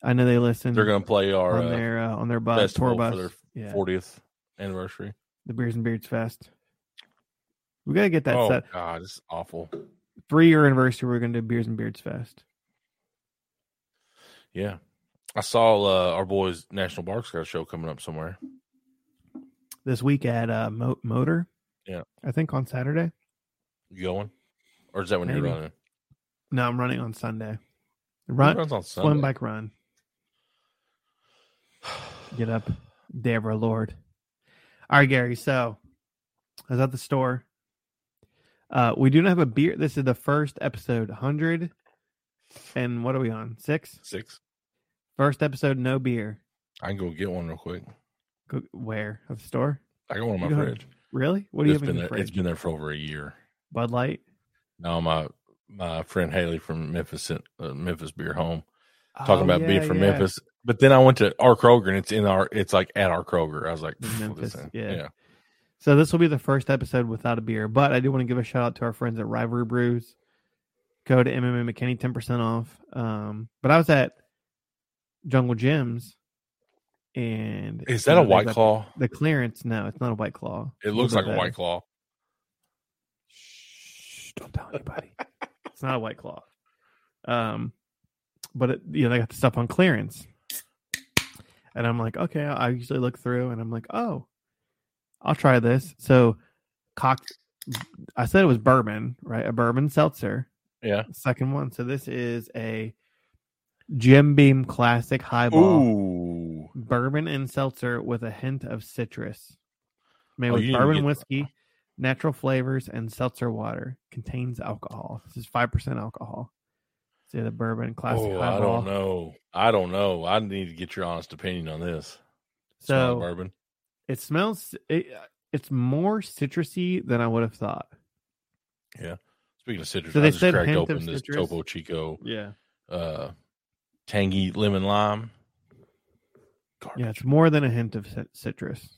S2: I know they listen.
S1: They're going to play our
S2: on
S1: uh,
S2: their uh, on their bus
S1: festival
S2: tour
S1: for
S2: bus.
S1: their
S2: yeah,
S1: 40th anniversary.
S2: the Beers and Beards Fest. We gotta get that
S1: oh
S2: set.
S1: God, it's awful.
S2: Three year anniversary. We're gonna do Beers and Beards Fest.
S1: Yeah, I saw uh, our boys National Bark Scout show coming up somewhere.
S2: this week at uh, Mo- Motor.
S1: Yeah.
S2: I think on Saturday.
S1: You going? Or is that when
S2: Maybe.
S1: you're running?
S2: No, I'm running on Sunday.
S1: Who
S2: Run,
S1: runs on Sunday.
S2: swim, bike, run. Get up, day of our Lord. All right, Gary. So I was at the store. Uh, we do not have a beer. This is the first episode, hundred and what are we on? Six.
S1: Six.
S2: First episode, no beer.
S1: I can go get one real quick.
S2: Go, where at the store?
S1: I got one in my
S2: You go ahead.
S1: fridge.
S2: Really? What do you
S1: It's
S2: have in
S1: been
S2: your
S1: there- It's
S2: fridge?
S1: been there for over a year.
S2: Bud Light.
S1: No, my my friend Haley from Memphis sent uh, Memphis Beer Home talking
S2: Oh,
S1: about beer
S2: yeah,
S1: from
S2: yeah.
S1: Memphis. But then I went to our Kroger and it's in our it's like at our Kroger. I was like,
S2: In
S1: "Pff,
S2: Memphis,
S1: listen,
S2: yeah. So this will be the first episode without a beer, but I do want to give a shout out to our friends at Rivalry Brews. Go to MMA McKinney, ten percent off. Um, but I was at Jungle Gyms, and
S1: Is that a
S2: you know, they
S1: white
S2: got
S1: claw?
S2: The clearance? No, it's not a white claw.
S1: It looks like
S2: little
S1: a
S2: bit
S1: white
S2: better.
S1: claw.
S2: Shh, don't tell anybody. it's not a white claw. Um, but it, you know they got the stuff on clearance, and I'm like, okay. I usually look through, and I'm like, oh, I'll try this. So, cock. I said it was bourbon, right? A bourbon seltzer,
S1: Yeah.
S2: second one. So this is a Jim Beam Classic Highball
S1: Ooh.
S2: bourbon and seltzer with a hint of citrus.
S1: Oh,
S2: Made
S1: you
S2: with
S1: didn't
S2: bourbon
S1: get-
S2: whiskey, natural flavors, and seltzer water. Contains alcohol. This is five percent alcohol. Say the bourbon classic
S1: Oh, I
S2: highball.
S1: don't know. I don't know. I need to get your honest opinion on this. Smell the
S2: So
S1: bourbon.
S2: it smells. It, it's more citrusy than I would have thought.
S1: Speaking of citrus,
S2: So
S1: I
S2: they
S1: just
S2: said
S1: cracked
S2: hint
S1: open
S2: of
S1: this
S2: citrus?
S1: Topo Chico
S2: Yeah,
S1: uh tangy lemon lime. Garbage.
S2: yeah. It's more than a hint of cit- citrus.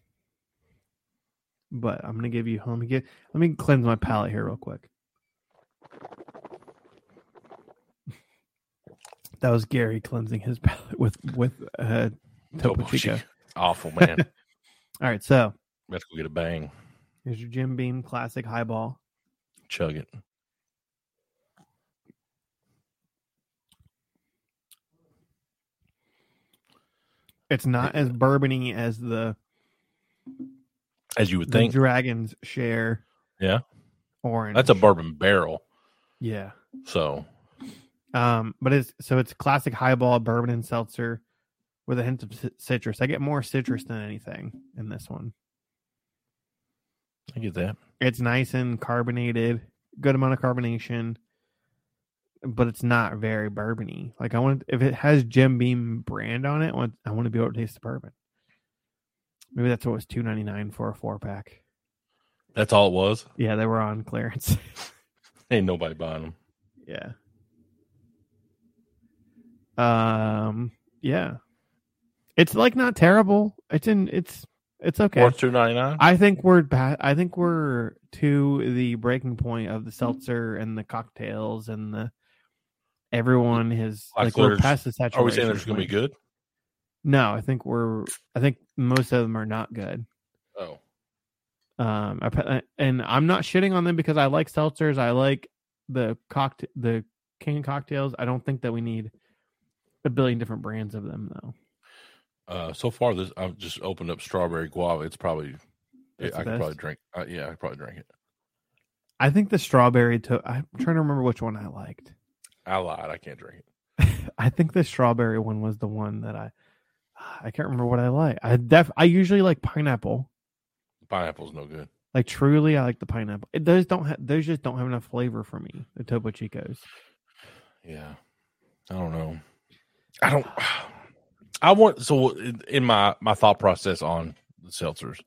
S2: But I'm gonna give you. Let me get. Let me cleanse my palate here real quick. That was Gary cleansing his palate with with uh, Topo Chico.
S1: Awful man.
S2: All right, so
S1: Let's go get a bang.
S2: here's your Jim Beam Classic Highball.
S1: Chug it.
S2: It's not as bourbony as the,
S1: As you would
S2: the
S1: think.
S2: Dragons share.
S1: Yeah.
S2: orange.
S1: That's a bourbon barrel.
S2: yeah.
S1: So
S2: Um, but it's so it's classic highball bourbon and seltzer with a hint of ci- citrus. I get more citrus than anything in this one.
S1: I get that.
S2: It's nice and carbonated, good amount of carbonation. but it's not very bourbony. Like I want if it has Jim Beam brand on it, I want, I want to be able to taste the bourbon. Maybe that's what it was two ninety nine for a four pack.
S1: That's all it was.
S2: Yeah, they were on clearance.
S1: Ain't nobody buying them.
S2: yeah. Um. Yeah. It's like not terrible. It's in. It's it's okay.
S1: Worth two ninety nine.
S2: I think we're ba- I think we're to the breaking point
S1: Mm-hmm.
S2: of the seltzer and the cocktails and the everyone has
S1: Like,
S2: like we're
S1: there's-
S2: past the saturation.
S1: Are we saying there's going to be
S2: point.
S1: good?
S2: No, I think we're I think most of them are not good.
S1: Oh,
S2: Um, I, pe- and I'm not shitting on them because I like seltzers. I like the cocktail the canned cocktails. I don't think that we need a billion different brands of them though.
S1: uh, so far this I've just opened up strawberry guava. It's probably
S2: That's
S1: I
S2: the
S1: could probably
S2: best.
S1: drink. Uh, yeah, I could probably drink it.
S2: I think the strawberry to I'm trying to remember which one I liked.
S1: I lied. I can't drink it.
S2: I think the strawberry one was the one that I I can't remember what I like. I def I usually like pineapple.
S1: Pineapple's no good.
S2: Like truly, I like the pineapple. It, those don't have those just don't have enough flavor for me. The Topo Chicos.
S1: Yeah, I don't know. I don't. I want so in in my my thought process on the seltzers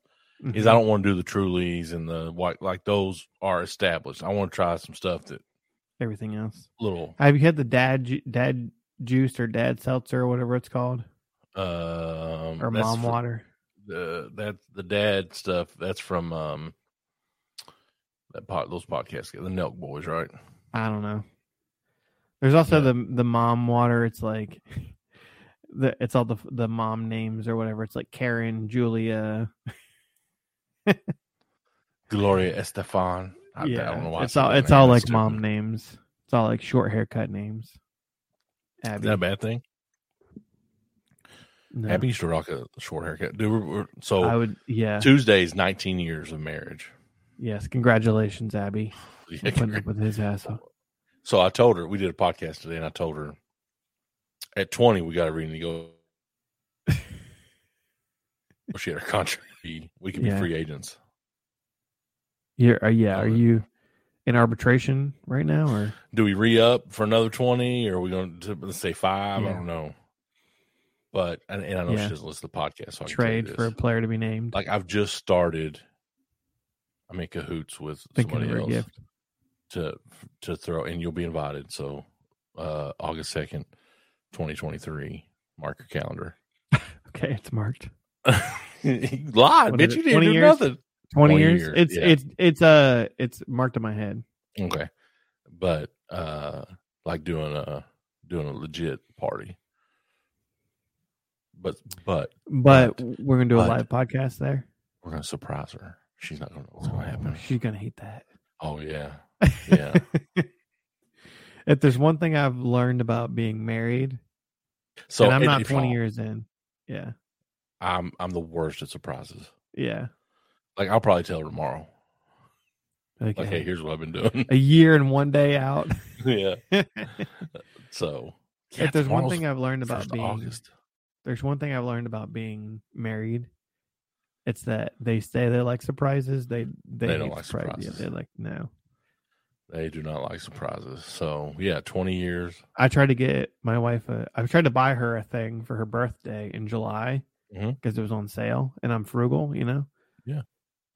S2: Mm-hmm.
S1: is I don't want to do the Trulies and the white like those are established. I want to try some stuff that
S2: Mm-hmm. everything else.
S1: little
S2: Have you had the dad ju- dad juice or dad seltzer or whatever it's called
S1: um
S2: or
S1: that's
S2: mom
S1: fr-
S2: water?
S1: the that the dad stuff that's from um that pot those podcasts the Nelk Boys right
S2: I don't know. There's also
S1: Yeah.
S2: the the mom water. It's like the it's all the the mom names or whatever. It's like Karen, Julia.
S1: Gloria Estefan I,
S2: yeah,
S1: I don't know why I
S2: it's
S1: said
S2: all
S1: that
S2: it's
S1: name.
S2: all
S1: That's
S2: like mom
S1: stupid.
S2: names. It's all like short haircut names. Abby,
S1: Is that a bad thing?
S2: no.
S1: Abby used to rock a short haircut. Dude, we're, we're, so
S2: I would, yeah,
S1: Tuesday's 19 years of marriage.
S2: yes. Congratulations, Abby,
S1: Yeah,
S2: for putting up with his asshole.
S1: So I told her we did a podcast today, and I told her at 20 we got to renegotiate. she had her contract. We we could be
S2: Yeah.
S1: free agents.
S2: You're, uh, yeah,
S1: I
S2: are
S1: would.
S2: you in arbitration right now, or
S1: Do we re up for another 20, or are we going to let's say five? I
S2: Yeah.
S1: don't know. But and, and I know
S2: Yeah.
S1: she doesn't listen to the podcast, so I can tell you
S2: trade for a
S1: this.
S2: player to be named?
S1: Oh, like I've just started. I'm in cahoots with
S2: Thinking
S1: somebody
S2: of a
S1: else.
S2: gift.
S1: to to throw and you'll be invited so uh august 2nd 2023 mark your calendar
S2: Okay, it's marked.
S1: you lied
S2: What
S1: bitch
S2: is it,
S1: you didn't
S2: 20
S1: do
S2: years?
S1: nothing
S2: Twenty,
S1: 20
S2: years.
S1: years,
S2: It's
S1: yeah.
S2: it's it's uh it's marked in my head.
S1: okay but uh like doing a doing a legit party but but
S2: But
S1: But-
S2: we're gonna do a
S1: but-
S2: live podcast there.
S1: we're gonna surprise her she's not gonna know what's
S2: Oh,
S1: gonna happen
S2: She's gonna hate that.
S1: oh yeah yeah
S2: If there's one thing I've learned about being married,
S1: so
S2: and I'm
S1: it-
S2: not
S1: it's
S2: 20
S1: all-
S2: years in. Yeah,
S1: i'm i'm the worst at surprises
S2: yeah.
S1: like i'll probably tell her tomorrow
S2: Like,
S1: like
S2: uh,
S1: hey here's what i've been doing
S2: a year and one day out.
S1: yeah
S2: if
S1: so yeah,
S2: there's one
S1: tomorrow's
S2: thing I've learned about
S1: first
S2: being,
S1: august
S2: there's one thing I've learned about being married. It's that they say they like surprises. They they,
S1: They don't
S2: hate
S1: like
S2: Yeah,
S1: surprises.
S2: they're like no.
S1: They do not like surprises. So yeah, twenty years.
S2: I tried to get my wife a. I tried to buy her a thing for her birthday in July because
S1: Mhm.
S2: it was on sale, and I'm frugal, you know.
S1: Yeah.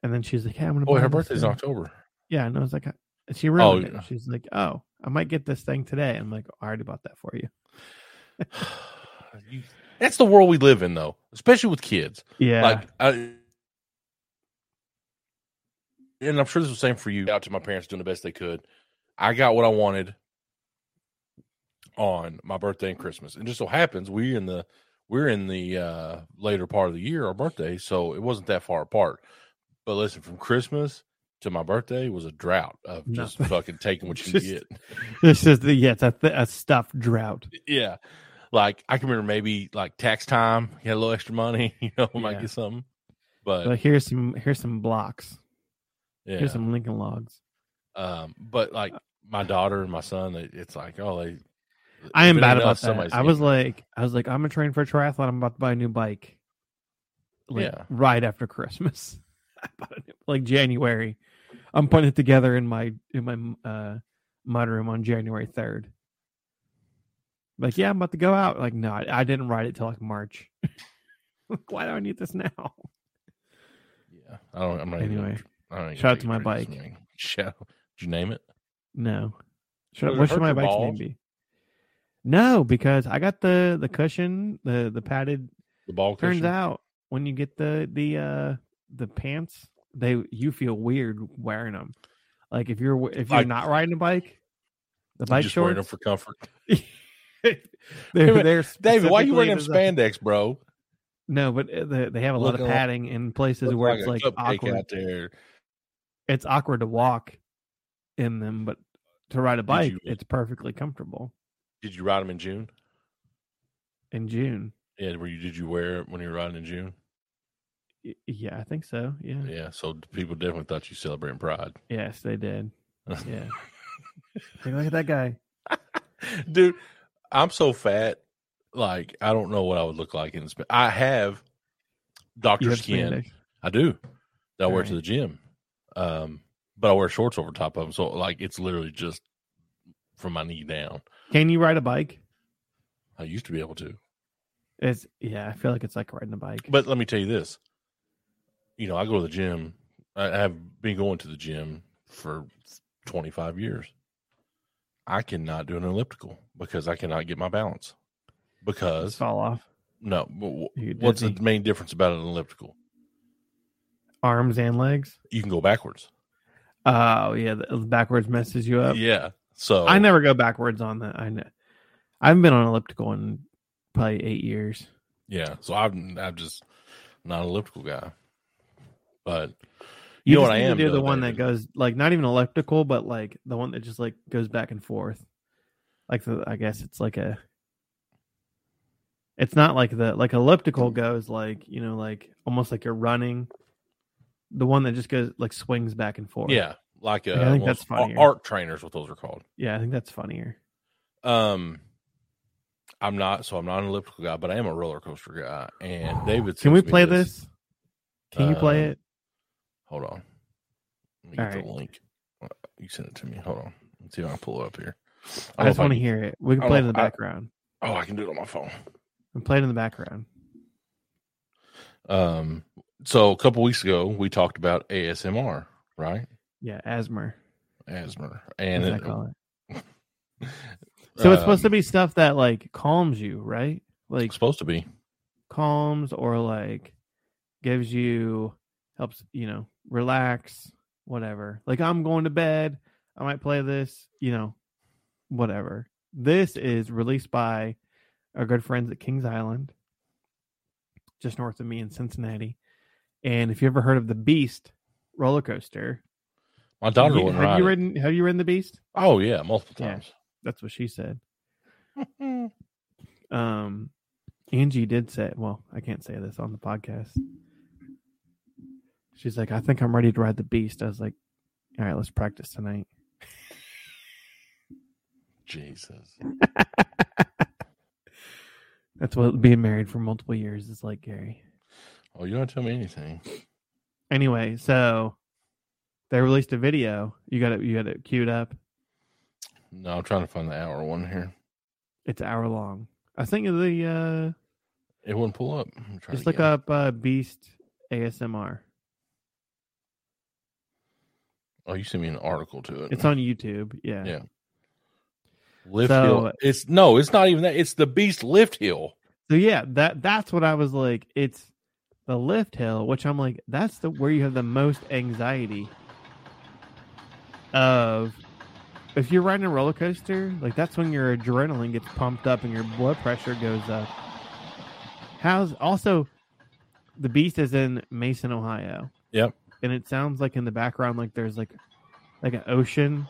S2: And then she's like, "Hey, I'm gonna."
S1: Boy,
S2: buy
S1: her
S2: this
S1: birthday's in
S2: thing."
S1: October.
S2: Yeah, and I was like, I- she ruined
S1: yeah.
S2: it. She's like, oh, I might get this thing today. I'm like, I already bought that for you.
S1: You- That's the world we live in, though, especially with kids.
S2: Yeah,
S1: Like, I, and I'm sure this was the same for you. Out to my parents doing the best they could. I got what I wanted on my birthday and Christmas, and just so happens we in the we're in the uh, later part of the year, our birthday, so it wasn't that far apart. But listen, from Christmas to my birthday was a drought of just
S2: Nothing.
S1: fucking taking what you
S2: Just-
S1: get.
S2: this is the yeah, it's a, th- a stuffed drought.
S1: Yeah. Like I can remember maybe like tax time, you had a little extra money, you know, might
S2: Yeah.
S1: get something. But
S2: But here's some here's some blocks.
S1: yeah.
S2: Here's some Lincoln logs.
S1: um but like my daughter and my son, they, it's like, oh they
S2: I am
S1: if it
S2: bad
S1: ain't
S2: about
S1: us,
S2: that.
S1: somebody's
S2: I was
S1: getting
S2: like, I was like, I'm gonna train for a triathlon. I'm about to buy a new bike. Like
S1: Yeah.
S2: right after Christmas, I bought a new, like January. I'm putting it together in my in my uh mud room on January third. Like, yeah, I'm about to go out. Like, no, I, I didn't write it till like March. like, why do I need this now?
S1: Yeah, I don't. I'm not even-
S2: Anyway,
S1: I don't even
S2: shout out
S1: think
S2: to my
S1: about this
S2: bike.
S1: thing. Shout. Did you name it?
S2: no. Should,
S1: Does it
S2: what should
S1: hurt
S2: my
S1: your
S2: bike's name
S1: balls?
S2: be? No, because I got the the cushion, the the padded
S1: The ball
S2: Turns
S1: cushion?
S2: out when you get the the uh the pants, they you feel weird wearing them. Like if you're if you're
S1: Like-
S2: not riding a bike, the
S1: You're
S2: bike
S1: just wearing them
S2: shorts.
S1: for comfort.
S2: they're, they're
S1: David, why are you wearing them
S2: specifically
S1: spandex, bro?
S2: designed- No, but uh, they they have a lot of
S1: Looking like-
S2: padding in places
S1: Look
S2: where it's like
S1: a cupcake
S2: awkward.
S1: out there.
S2: It's awkward to walk in them, but to ride a bike,
S1: you-
S2: it's perfectly comfortable.
S1: Did you ride them in June?
S2: In June,
S1: Yeah, were you? Did you wear it when you were riding in June?
S2: Y- yeah, I think so. Yeah,
S1: Yeah, so people definitely thought you celebrating Pride,
S2: yes, they did. Yeah, Like, look at that guy.
S1: dude. I'm so fat, like I don't know what I would look like in this. I have
S2: You
S1: doctor
S2: have
S1: skin.
S2: spandex.
S1: I do. That I wear to
S2: Alright.
S1: the gym, um, but I wear shorts over top of them, so like it's literally just from my knee down.
S2: Can you ride a bike?
S1: I used to be able to,
S2: It's yeah, I feel like it's like riding a bike.
S1: but let me tell you this. You know, I go to the gym. I I have been going to the gym for 25 years. I cannot do an elliptical because I cannot get my balance.
S2: Just
S1: Because
S2: fall off
S1: No. w-
S2: You
S1: w-
S2: get
S1: What's the
S2: dizzy.
S1: main difference about an elliptical?
S2: arms and legs.
S1: You can go backwards.
S2: Oh yeah, the the backwards messes you up.
S1: yeah. So
S2: I never go backwards on that. I know. I haven't been on elliptical in probably eight years.
S1: Yeah. So I'm I'm just not an elliptical guy. But
S2: You,
S1: you, know
S2: just
S1: what I
S2: need to
S1: am.
S2: Do the
S1: though,
S2: one that
S1: David?
S2: goes like not even elliptical, but like the one that just like goes back and forth. Like the, I guess it's like a. It's not like the like
S1: Mm.
S2: elliptical goes like you know like almost like you're running. The one that just goes like swings back and forth.
S1: Yeah. Like uh,
S2: I think
S1: well,
S2: that's
S1: ar-
S2: funnier.
S1: art trainers, what those are called.
S2: yeah, I think that's funnier.
S1: Um I'm not so I'm not an elliptical guy, but I am a roller coaster guy. And David
S2: Can we
S1: sends me
S2: play this? Can you play
S1: Uh,
S2: it?
S1: Hold on. Let me get the
S2: Alright.
S1: link. Uh, You sent it to me. Hold on. Let's see if I can pull it up here.
S2: I
S1: don't know
S2: just
S1: if
S2: want to
S1: can-
S2: hear it. We can
S1: I
S2: play it
S1: don't-
S2: in the
S1: I-
S2: background.
S1: Oh, I can do it on my phone.
S2: We can play it in the background.
S1: Um, so a couple weeks ago, we talked about ASMR, right?
S2: Yeah, asthma.
S1: ASMR,
S2: as
S1: and
S2: I
S1: it-
S2: call it. So it's supposed to
S1: um,
S2: be stuff that like calms you, right? Like
S1: it's supposed to be.
S2: calms or like gives you helps you know relax, whatever. Like I'm going to bed. I might play this, you know, whatever. This is released by our good friends at Kings Island, just north of me in Cincinnati. And if you ever heard of the Beast roller coaster,
S1: My daughter
S2: You-
S1: wouldn't
S2: have you
S1: ride it.
S2: ridden? Have you ridden the Beast?
S1: Oh yeah, multiple
S2: Yeah.
S1: times.
S2: That's what she said. Um, Angie did say, "Well, I can't say this on the podcast." She's like, "I think I'm ready to ride the Beast." I was like, "All right, let's practice tonight."
S1: Jesus.
S2: That's what being married for multiple years is like, Gary.
S1: Oh, you don't tell me anything.
S2: Anyway, so they released a video. You got it. You got it queued up.
S1: No, I'm trying to find the hour one here.
S2: It's an hour long. I think the
S1: It wouldn't pull up. I'm
S2: uh,
S1: trying
S2: just
S1: to
S2: look
S1: get it.
S2: up uh, Beast ASMR.
S1: Oh, you sent me an article to it.
S2: It's on YouTube. Yeah.
S1: Yeah. lift
S2: so-
S1: hill. It's no, it's not even that. It's the beast lift hill.
S2: So yeah, that that's what I was like. It's the lift hill, which I'm like, that's the where you have the most anxiety of if you're riding a roller coaster, like that's when your adrenaline gets pumped up and your blood pressure goes up. How's also the beast is in Mason, Ohio.
S1: Yep.
S2: And it sounds like in the background like there's like like an ocean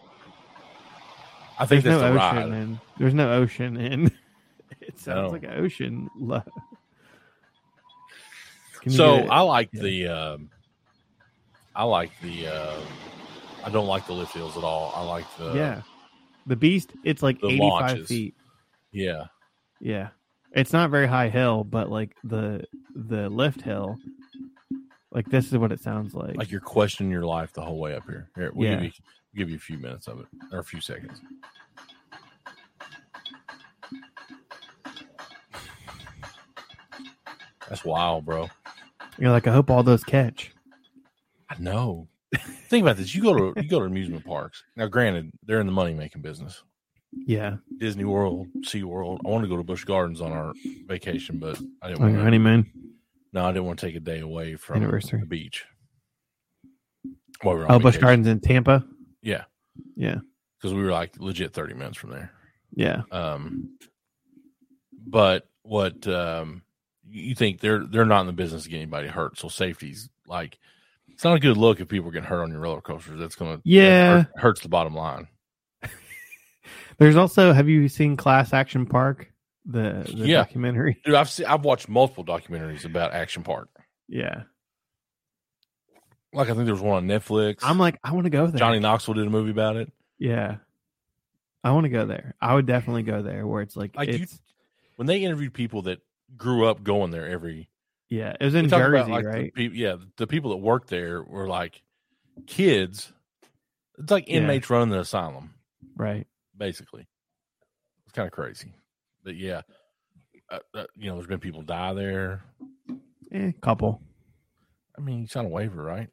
S1: I think
S2: there's
S1: that's the
S2: no
S1: ride.
S2: ocean in. There's no ocean in. It
S1: No.
S2: sounds like an ocean. lo- Can you
S1: So
S2: get it?
S1: I like
S2: Yeah.
S1: the, um, I like the, uh, I don't like the lift hills at all. I like the,
S2: yeah, the beast. It's like
S1: uh, the
S2: 85
S1: launches.
S2: feet.
S1: yeah.
S2: Yeah, it's not very high hill, but like the the lift hill. Like this is what it sounds like.
S1: Like you're questioning your life the whole way up here. Here, we'll give
S2: Yeah.
S1: you give you a few minutes of it or a few seconds. That's wild, bro.
S2: You're like, I hope all those catch.
S1: I know. Think about this. You go to you go to amusement parks. Now, granted, they're in the money making business.
S2: Yeah,
S1: Disney World, Sea World. I want to go to Busch Gardens on our vacation, but I didn't
S2: on
S1: want
S2: your
S1: to.
S2: honeymoon.
S1: No, I didn't want to take a day away from
S2: Anniversary.
S1: the beach. While we were on
S2: Oh, Busch
S1: vacation.
S2: Gardens in Tampa.
S1: Yeah,
S2: Yeah,
S1: because we were like legit thirty minutes from there.
S2: yeah.
S1: Um, but what um, you think they're they're not in the business of getting anybody hurt, so safety's like it's not a good look if people are getting hurt on your roller coasters. That's gonna that
S2: Yeah.
S1: hurt- hurts the bottom line.
S2: There's also. Have you seen Class Action Park? The, the
S1: Yeah.
S2: documentary.
S1: Dude, I've seen, I've watched multiple documentaries about Action Park.
S2: Yeah,
S1: Like I think there was one on Netflix.
S2: I'm like, I want to go there.
S1: Johnny Knoxville did a movie about it.
S2: Yeah, I want to go there. I would definitely go there where it's like,
S1: Like, you-
S2: it's
S1: When they interviewed people that grew up going there every
S2: yeah. It was
S1: They
S2: in
S1: talk
S2: Jersey,
S1: about, like, the
S2: right?
S1: peop- yeah, the people that worked there were like kids. It's like
S2: Yeah.
S1: inmates running the asylum,
S2: Right.
S1: basically. It's kind of crazy, but yeah, uh, uh, you know, there's been people die there.
S2: Eh, couple.
S1: I mean, you sign a waiver, right?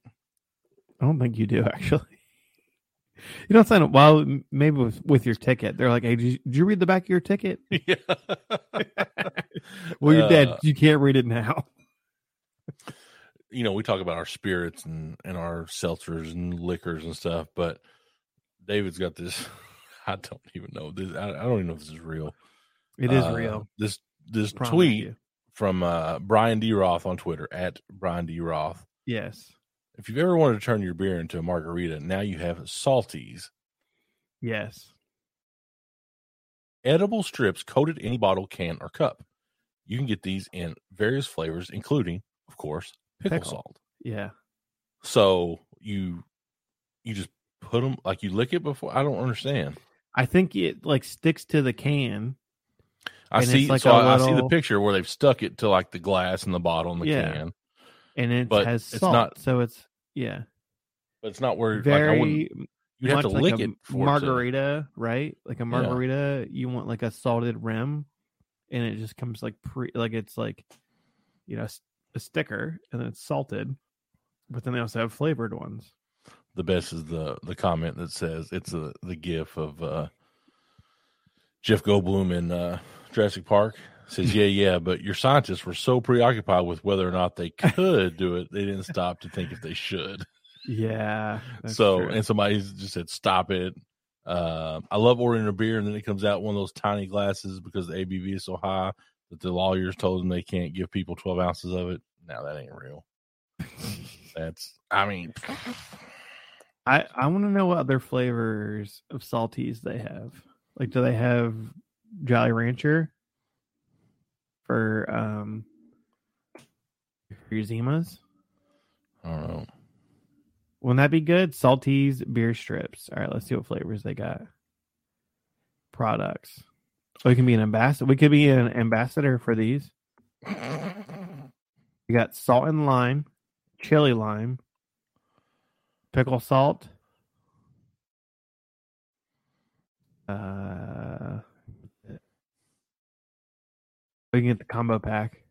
S2: I don't think you do actually. You don't sign up. Well, m- maybe with, with your ticket, they're like, "Hey, did you, did you read the back of your ticket?"
S1: yeah.
S2: Well, you're dead.
S1: Uh,
S2: You can't read it now.
S1: you know, we talk about our spirits and and our seltzers and liquors and stuff, but David's got this. I don't even know this. I, I don't even know if this is real.
S2: It is
S1: Uh,
S2: real.
S1: This this
S2: Promise
S1: tweet
S2: you.
S1: from uh, Brian D. Roth on Twitter at Brian D. Roth.
S2: Yes.
S1: If you've ever wanted to turn your beer into a margarita, now you have salties.
S2: Yes.
S1: Edible strips coated in any bottle, can, or cup. You can get these in various flavors, including, of course, pickle,
S2: Pickle.
S1: salt.
S2: Yeah.
S1: So you you just put them like you lick it before. I don't understand.
S2: I think it like sticks to the can.
S1: I
S2: And it's
S1: see.
S2: like
S1: so
S2: a
S1: I, I see the
S2: little-
S1: picture where they've stuck it to like the glass and the bottle and the
S2: Yeah.
S1: can,
S2: and it
S1: But
S2: has
S1: it's
S2: salt.
S1: not-
S2: so it's yeah,
S1: but it's not where like I wouldn't,
S2: very
S1: you'd have
S2: much
S1: to
S2: like
S1: lick
S2: a
S1: it for it to-
S2: margarita, right? Like a margarita, you want like a salted rim, and it just comes like pre, like it's like you know s- a sticker, and then it's salted. But then they also have flavored ones.
S1: the best is the the comment that says it's a the gif of uh Jeff Goldblum in uh Jurassic Park says yeah yeah but your scientists were so preoccupied with whether or not they could do it they didn't stop to think if they should
S2: Yeah. that's
S1: so
S2: true.
S1: and somebody just said stop it um I love ordering a beer and then it comes out one of those tiny glasses because the ABV is so high that the lawyers told them they can't give people 12 ounces of it now that ain't real that's I mean
S2: I I want to know what other flavors of salties they have. Like, do they have Jolly Rancher for um for your Zimas?
S1: I don't know
S2: Wouldn't that be good? Salties, beer strips. All right, let's see what flavors they got. Products. We can be an ambassador. We could be an ambassador for these. We got salt and lime, chili lime, pickle salt. Uh, we can get the combo pack.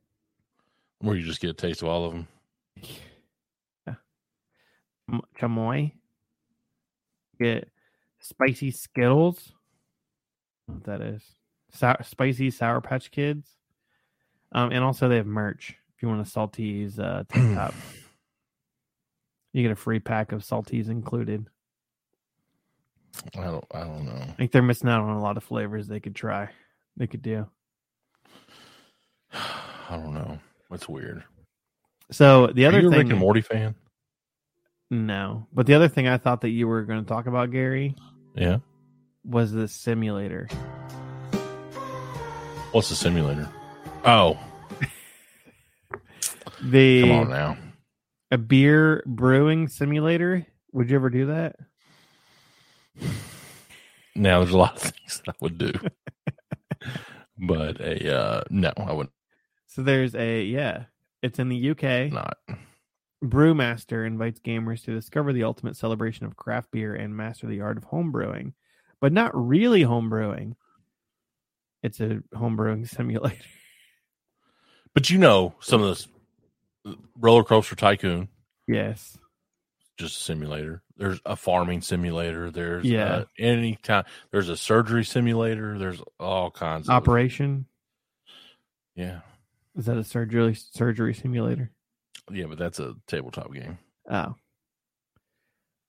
S1: Where you just get a taste of all of them.
S2: M- chamoy. Get spicy Skittles. What that is? Sour, spicy Sour Patch Kids. Um, and also they have merch. If you want a Salties
S1: Hmm.
S2: uh, tank top, you get a free pack of Salties included.
S1: I don't. I don't know.
S2: I think they're missing out on a lot of flavors they could try. They could do.
S1: I don't know. That's weird.
S2: So the
S1: Are
S2: other
S1: you a
S2: thing,
S1: Rick and Morty fan?
S2: no, but the other thing I thought that you were going to talk about, Gary,
S1: Yeah.
S2: was the simulator.
S1: What's the simulator? Oh,
S2: The
S1: come on now.
S2: a beer brewing simulator. Would you ever do that?
S1: Now there's a lot of things that I would do, but a uh, no, I would
S2: So there's a yeah, it's in the UK.
S1: not.
S2: Brewmaster invites gamers to discover the ultimate celebration of craft beer and master the art of homebrewing, but not really homebrewing. It's a homebrewing simulator.
S1: But you know, some of this uh, roller coaster tycoon,
S2: Yes.
S1: just a simulator. There's a farming simulator. There's
S2: Yeah.
S1: uh, any kind. There's a surgery simulator. There's all kinds. of-
S2: Operation.
S1: yeah,
S2: Is that a surgery surgery simulator?
S1: yeah, but that's a tabletop game.
S2: Oh.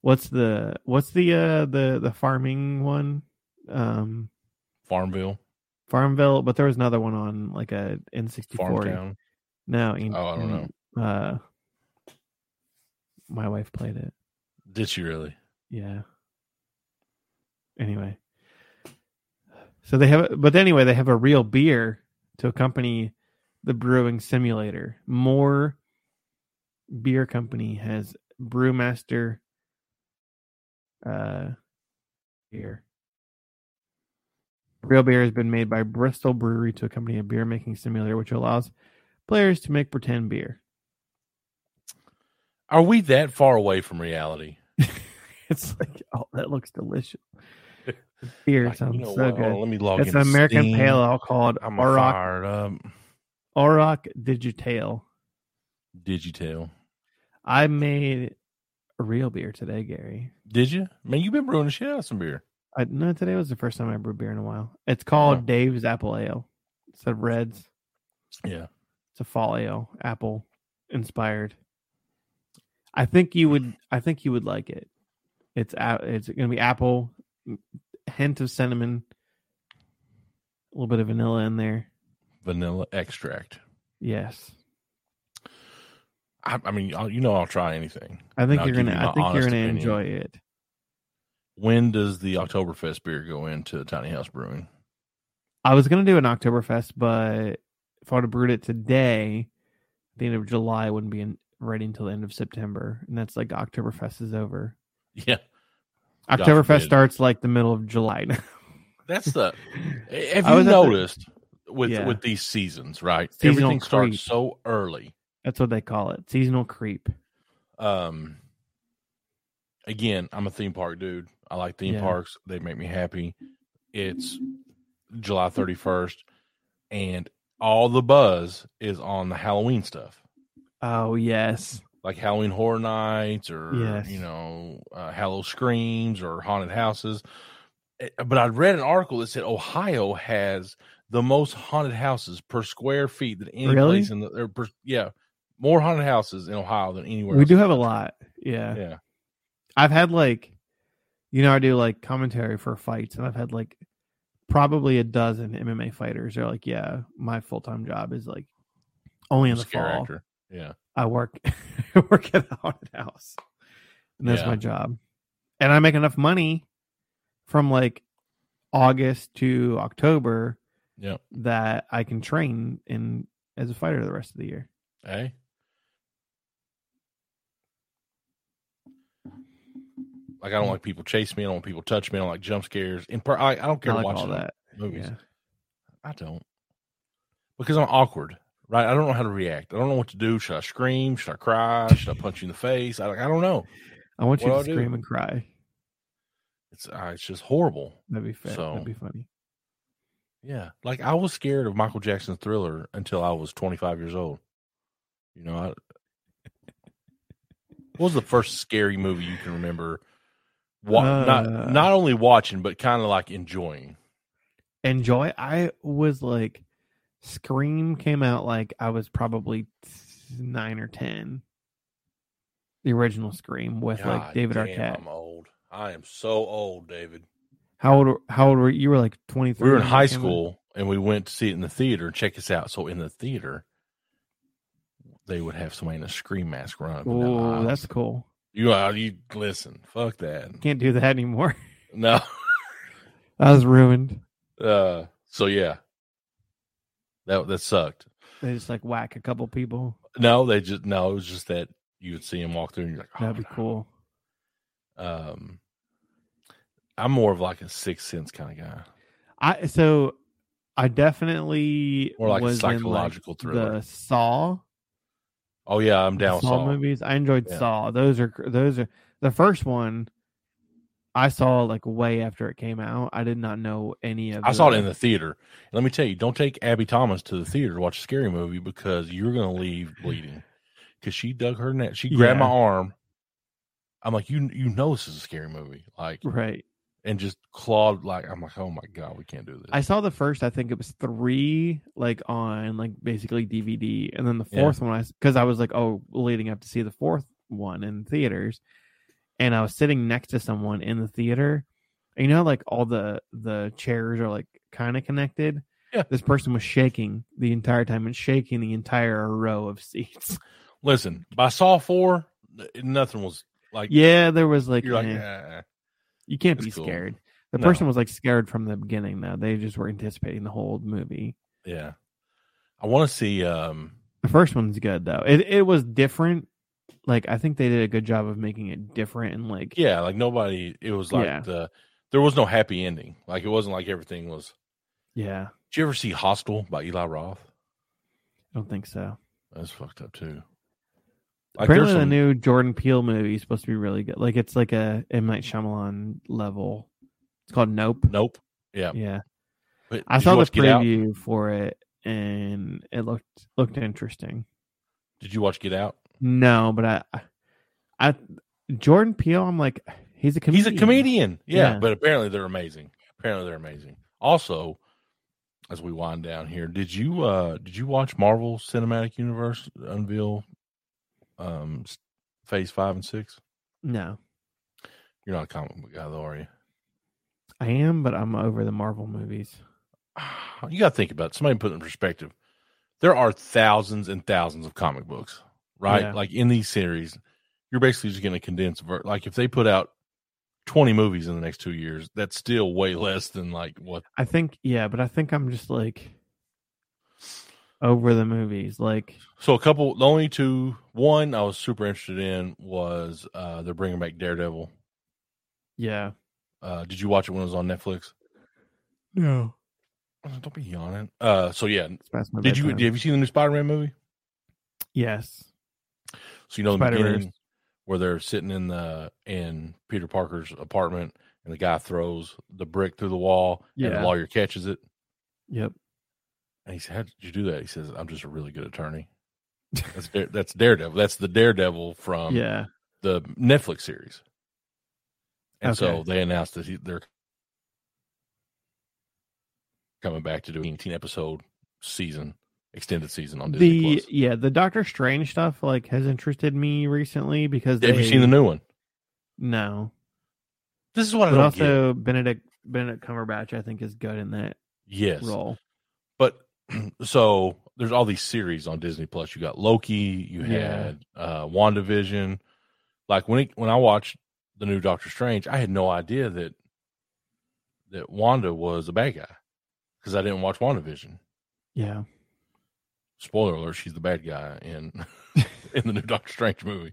S2: What's the what's the uh the the farming one? Um
S1: Farmville,
S2: Farmville, but there was another one on like a N64.
S1: Farmtown.
S2: No, in,
S1: Oh, I don't
S2: in, Uh my wife played it.
S1: Did she really?
S2: Yeah. Anyway. So they have, a- but anyway, they have a real beer to accompany the brewing simulator. More beer company has brewmaster uh, beer. Real beer has been made by Bristol Brewery to accompany a beer making simulator, which allows players to make pretend beer.
S1: Are we that far away from reality?
S2: It's like, oh, that looks delicious. Beer
S1: Like,
S2: sounds
S1: you know
S2: so
S1: what? Hold
S2: good.
S1: on, let me log
S2: It's
S1: into
S2: an American
S1: Steam.
S2: pale ale called
S1: I'm
S2: Auroch,
S1: fired up.
S2: Auroch Digitale.
S1: Did you tell?
S2: I made a real beer today, Gary.
S1: Did you? Man, you've been brewing the shit out of some beer.
S2: I no, today was the first time I brewed beer in a while. It's called
S1: Oh.
S2: Dave's Apple Ale. It's a Reds.
S1: Yeah.
S2: It's a fall ale, apple inspired. I think you would. I think you would like it. It's a- it's going to be apple, hint of cinnamon, a little bit of vanilla in there.
S1: Vanilla extract.
S2: Yes,
S1: I, I mean, I'll, you know, I'll try anything.
S2: I think
S1: I'll
S2: you're
S1: give
S2: gonna.
S1: you
S2: I
S1: my
S2: think you're
S1: honest
S2: gonna
S1: opinion.
S2: enjoy it.
S1: When does the Oktoberfest beer go into Tiny House Brewing?
S2: I was gonna do an Oktoberfest, but if I would have brewed it today, the end of July wouldn't be in, ready until the end of September, and that's like Oktoberfest is over.
S1: Yeah, God
S2: Oktoberfest
S1: forbid.
S2: starts like the middle of July.
S1: that's the. Have
S2: I
S1: you
S2: was at the-
S1: noticed with
S2: Yeah.
S1: with these seasons, right?
S2: Seasonal
S1: Everything
S2: creep.
S1: starts so early.
S2: that's what they call it, seasonal creep.
S1: Um, again, I'm a theme park dude. I like theme
S2: Yeah.
S1: parks. They make me happy. It's July 31st, and all the buzz is on the Halloween stuff.
S2: Oh yes,
S1: like Halloween Horror Nights or
S2: Yes.
S1: you know uh, Hallow Screams or haunted houses. Eh, But I read an article that said Ohio has the most haunted houses per square feet than any
S2: Really?
S1: place in the or per, yeah more haunted houses in Ohio than anywhere.
S2: we
S1: else.
S2: do have a lot. Yeah.
S1: Yeah,
S2: I've had like, you know, I do like commentary for fights, and I've had like probably a dozen MMA fighters. They're like, yeah, my full time job is like only in the
S1: scare
S2: fall.
S1: actor. Yeah,
S2: I work I work at a haunted house. And that's
S1: Yeah.
S2: my job. And I make enough money from like August to October
S1: Yep.
S2: that I can train in as a fighter the rest of the year.
S1: hey, like I don't like people chase me. I don't want people touch me. I don't like jump scares. In per- I, I don't care
S2: I
S1: to
S2: like
S1: watch
S2: all
S1: them.
S2: that.
S1: movies.
S2: Yeah.
S1: I don't. Because I'm awkward, right? I don't know how to react. I don't know what to do. Should I scream? Should I cry? Should I punch you in the face? I, I don't know.
S2: I want you
S1: What
S2: to
S1: do I do?
S2: scream and cry.
S1: It's uh, it's just horrible.
S2: That'd be fair.
S1: So-
S2: That'd be funny.
S1: Yeah, like I was scared of Michael Jackson's Thriller until I was 25 years old. You know, I, what was the first scary movie you can remember? Wa-
S2: Uh.
S1: not not only watching, but kind of like enjoying.
S2: Enjoy. I was like Scream came out like I was probably nine or ten. The original Scream with like
S1: God
S2: David
S1: damn,
S2: Arquette.
S1: I'm old. I am so old, David.
S2: How old? How old were you? You Were like twenty three.
S1: we were in high school and we went to see it in the theater. Check this out. So in the theater, they would have somebody in a scream mask run. up and down the
S2: Oh,
S1: aisles.
S2: that's cool.
S1: you. uh, You listen. Fuck that.
S2: Can't do that anymore.
S1: No.
S2: I was ruined.
S1: Uh. So yeah, that that sucked.
S2: They just like whack a couple people.
S1: No, they just no. It was just that you would see him walk through and you're like, oh,
S2: That'd be
S1: no.
S2: cool.
S1: Um, I'm more of like a sixth sense kind of guy,
S2: I so I definitely
S1: more like a
S2: was in, like,
S1: psychological thriller.
S2: the Saw
S1: oh yeah, I'm
S2: the
S1: down.
S2: Saw
S1: Saw.
S2: movies. I enjoyed
S1: Yeah.
S2: Saw. Those are those are the first one. I saw like way after it came out. I did not know any of.
S1: I saw it in the theater. Let me tell you, don't take Abby Thomas to the theater to watch a scary movie because you're going to leave bleeding. Because she dug her neck, she grabbed
S2: Yeah.
S1: my arm. I'm like, you you know this is a scary movie, like,
S2: right.
S1: and just clawed like I'm like, oh my god, we can't do this.
S2: I saw the first. I think it was three, like on like basically DVD, and then the
S1: Yeah.
S2: fourth one. I because I was like, oh, leading up to see the fourth one in theaters, and I was sitting next to someone in the theater. And you know, like all the the chairs are like kind of connected.
S1: Yeah.
S2: This person was shaking the entire time and shaking the entire row of seats.
S1: Listen, by Saw Four, n- nothing was like.
S2: yeah, there was like,
S1: you're like,
S2: eh.
S1: "Ah."
S2: You can't
S1: That's
S2: be
S1: cool.
S2: scared. The
S1: No.
S2: person was like scared from the beginning, though. They just were anticipating the whole movie.
S1: yeah. I want to see. um
S2: The first one's good, though. It it was different. Like I think they did a good job of making it different and like
S1: Yeah, like nobody. It was like
S2: Yeah.
S1: the there was no happy ending. Like it wasn't like everything was.
S2: yeah.
S1: Did you ever see Hostel by Eli Roth?
S2: I don't think so.
S1: That's fucked up too.
S2: Apparently,
S1: Uh, there's
S2: the new Jordan Peele movie is supposed to be really good. Like it's like a M Night Shyamalan level. It's called Nope.
S1: Nope. Yeah,
S2: Yeah,
S1: But
S2: I
S1: did you
S2: saw the
S1: watch Get Out?
S2: preview for it and it looked looked interesting.
S1: Did you watch Get Out?
S2: No, but I, I Jordan Peele. I'm like he's a comedian.
S1: He's a comedian. Yeah,
S2: Yeah.
S1: but apparently they're amazing. Apparently they're amazing. Also, as we wind down here, did you uh did you watch Marvel Cinematic Universe unveil um s- Phase Five and Six?
S2: No,
S1: You're not a comic book guy, though, are you?
S2: I am, but I'm over the Marvel movies.
S1: You got to think about it. somebody put it in perspective. There are thousands and thousands of comic books, right?
S2: Yeah.
S1: Like in these series, you're basically just going to condense. ver- Like if they put out 20 movies in the next two years, that's still way less than like what
S2: I think, yeah, but I think I'm just like over the movies. Like,
S1: So a couple, the only two, one I was super interested in was uh they're bringing back Daredevil.
S2: yeah,
S1: Uh Did you watch it when it was on Netflix?
S2: no.
S1: Oh, Don't be yawning. Uh So yeah,
S2: It's past my
S1: did you
S2: bedtime.
S1: have you seen the new Spider-Man movie?
S2: Yes,
S1: So you know the
S2: Spider-Verse.
S1: beginning where they're sitting in the in Peter Parker's apartment and the guy throws the brick through the wall and
S2: Yeah.
S1: the lawyer catches it
S2: yep.
S1: and he said, "How did you do that?" He says, "I'm just a really good attorney." That's Dare- that's Daredevil. That's the Daredevil from
S2: yeah,
S1: the Netflix series. And so
S2: Okay.
S1: they announced that he, they're coming back to do an 18 episode season, extended season on Disney.
S2: the
S1: Plus.
S2: yeah the Doctor Strange stuff like has interested me recently because
S1: Have you
S2: they-
S1: seen the new one?
S2: no,
S1: This is what I
S2: but
S1: don't get.
S2: also Benedict Benedict Cumberbatch I think is good in that
S1: Yes.
S2: role.
S1: But so there's all these series on Disney Plus. You got Loki, you
S2: Yeah.
S1: had uh WandaVision. Like when it, when I watched the new Doctor Strange, I had no idea that that Wanda was a bad guy because I didn't watch WandaVision.
S2: Yeah,
S1: spoiler alert, she's the bad guy in in the new Doctor Strange movie.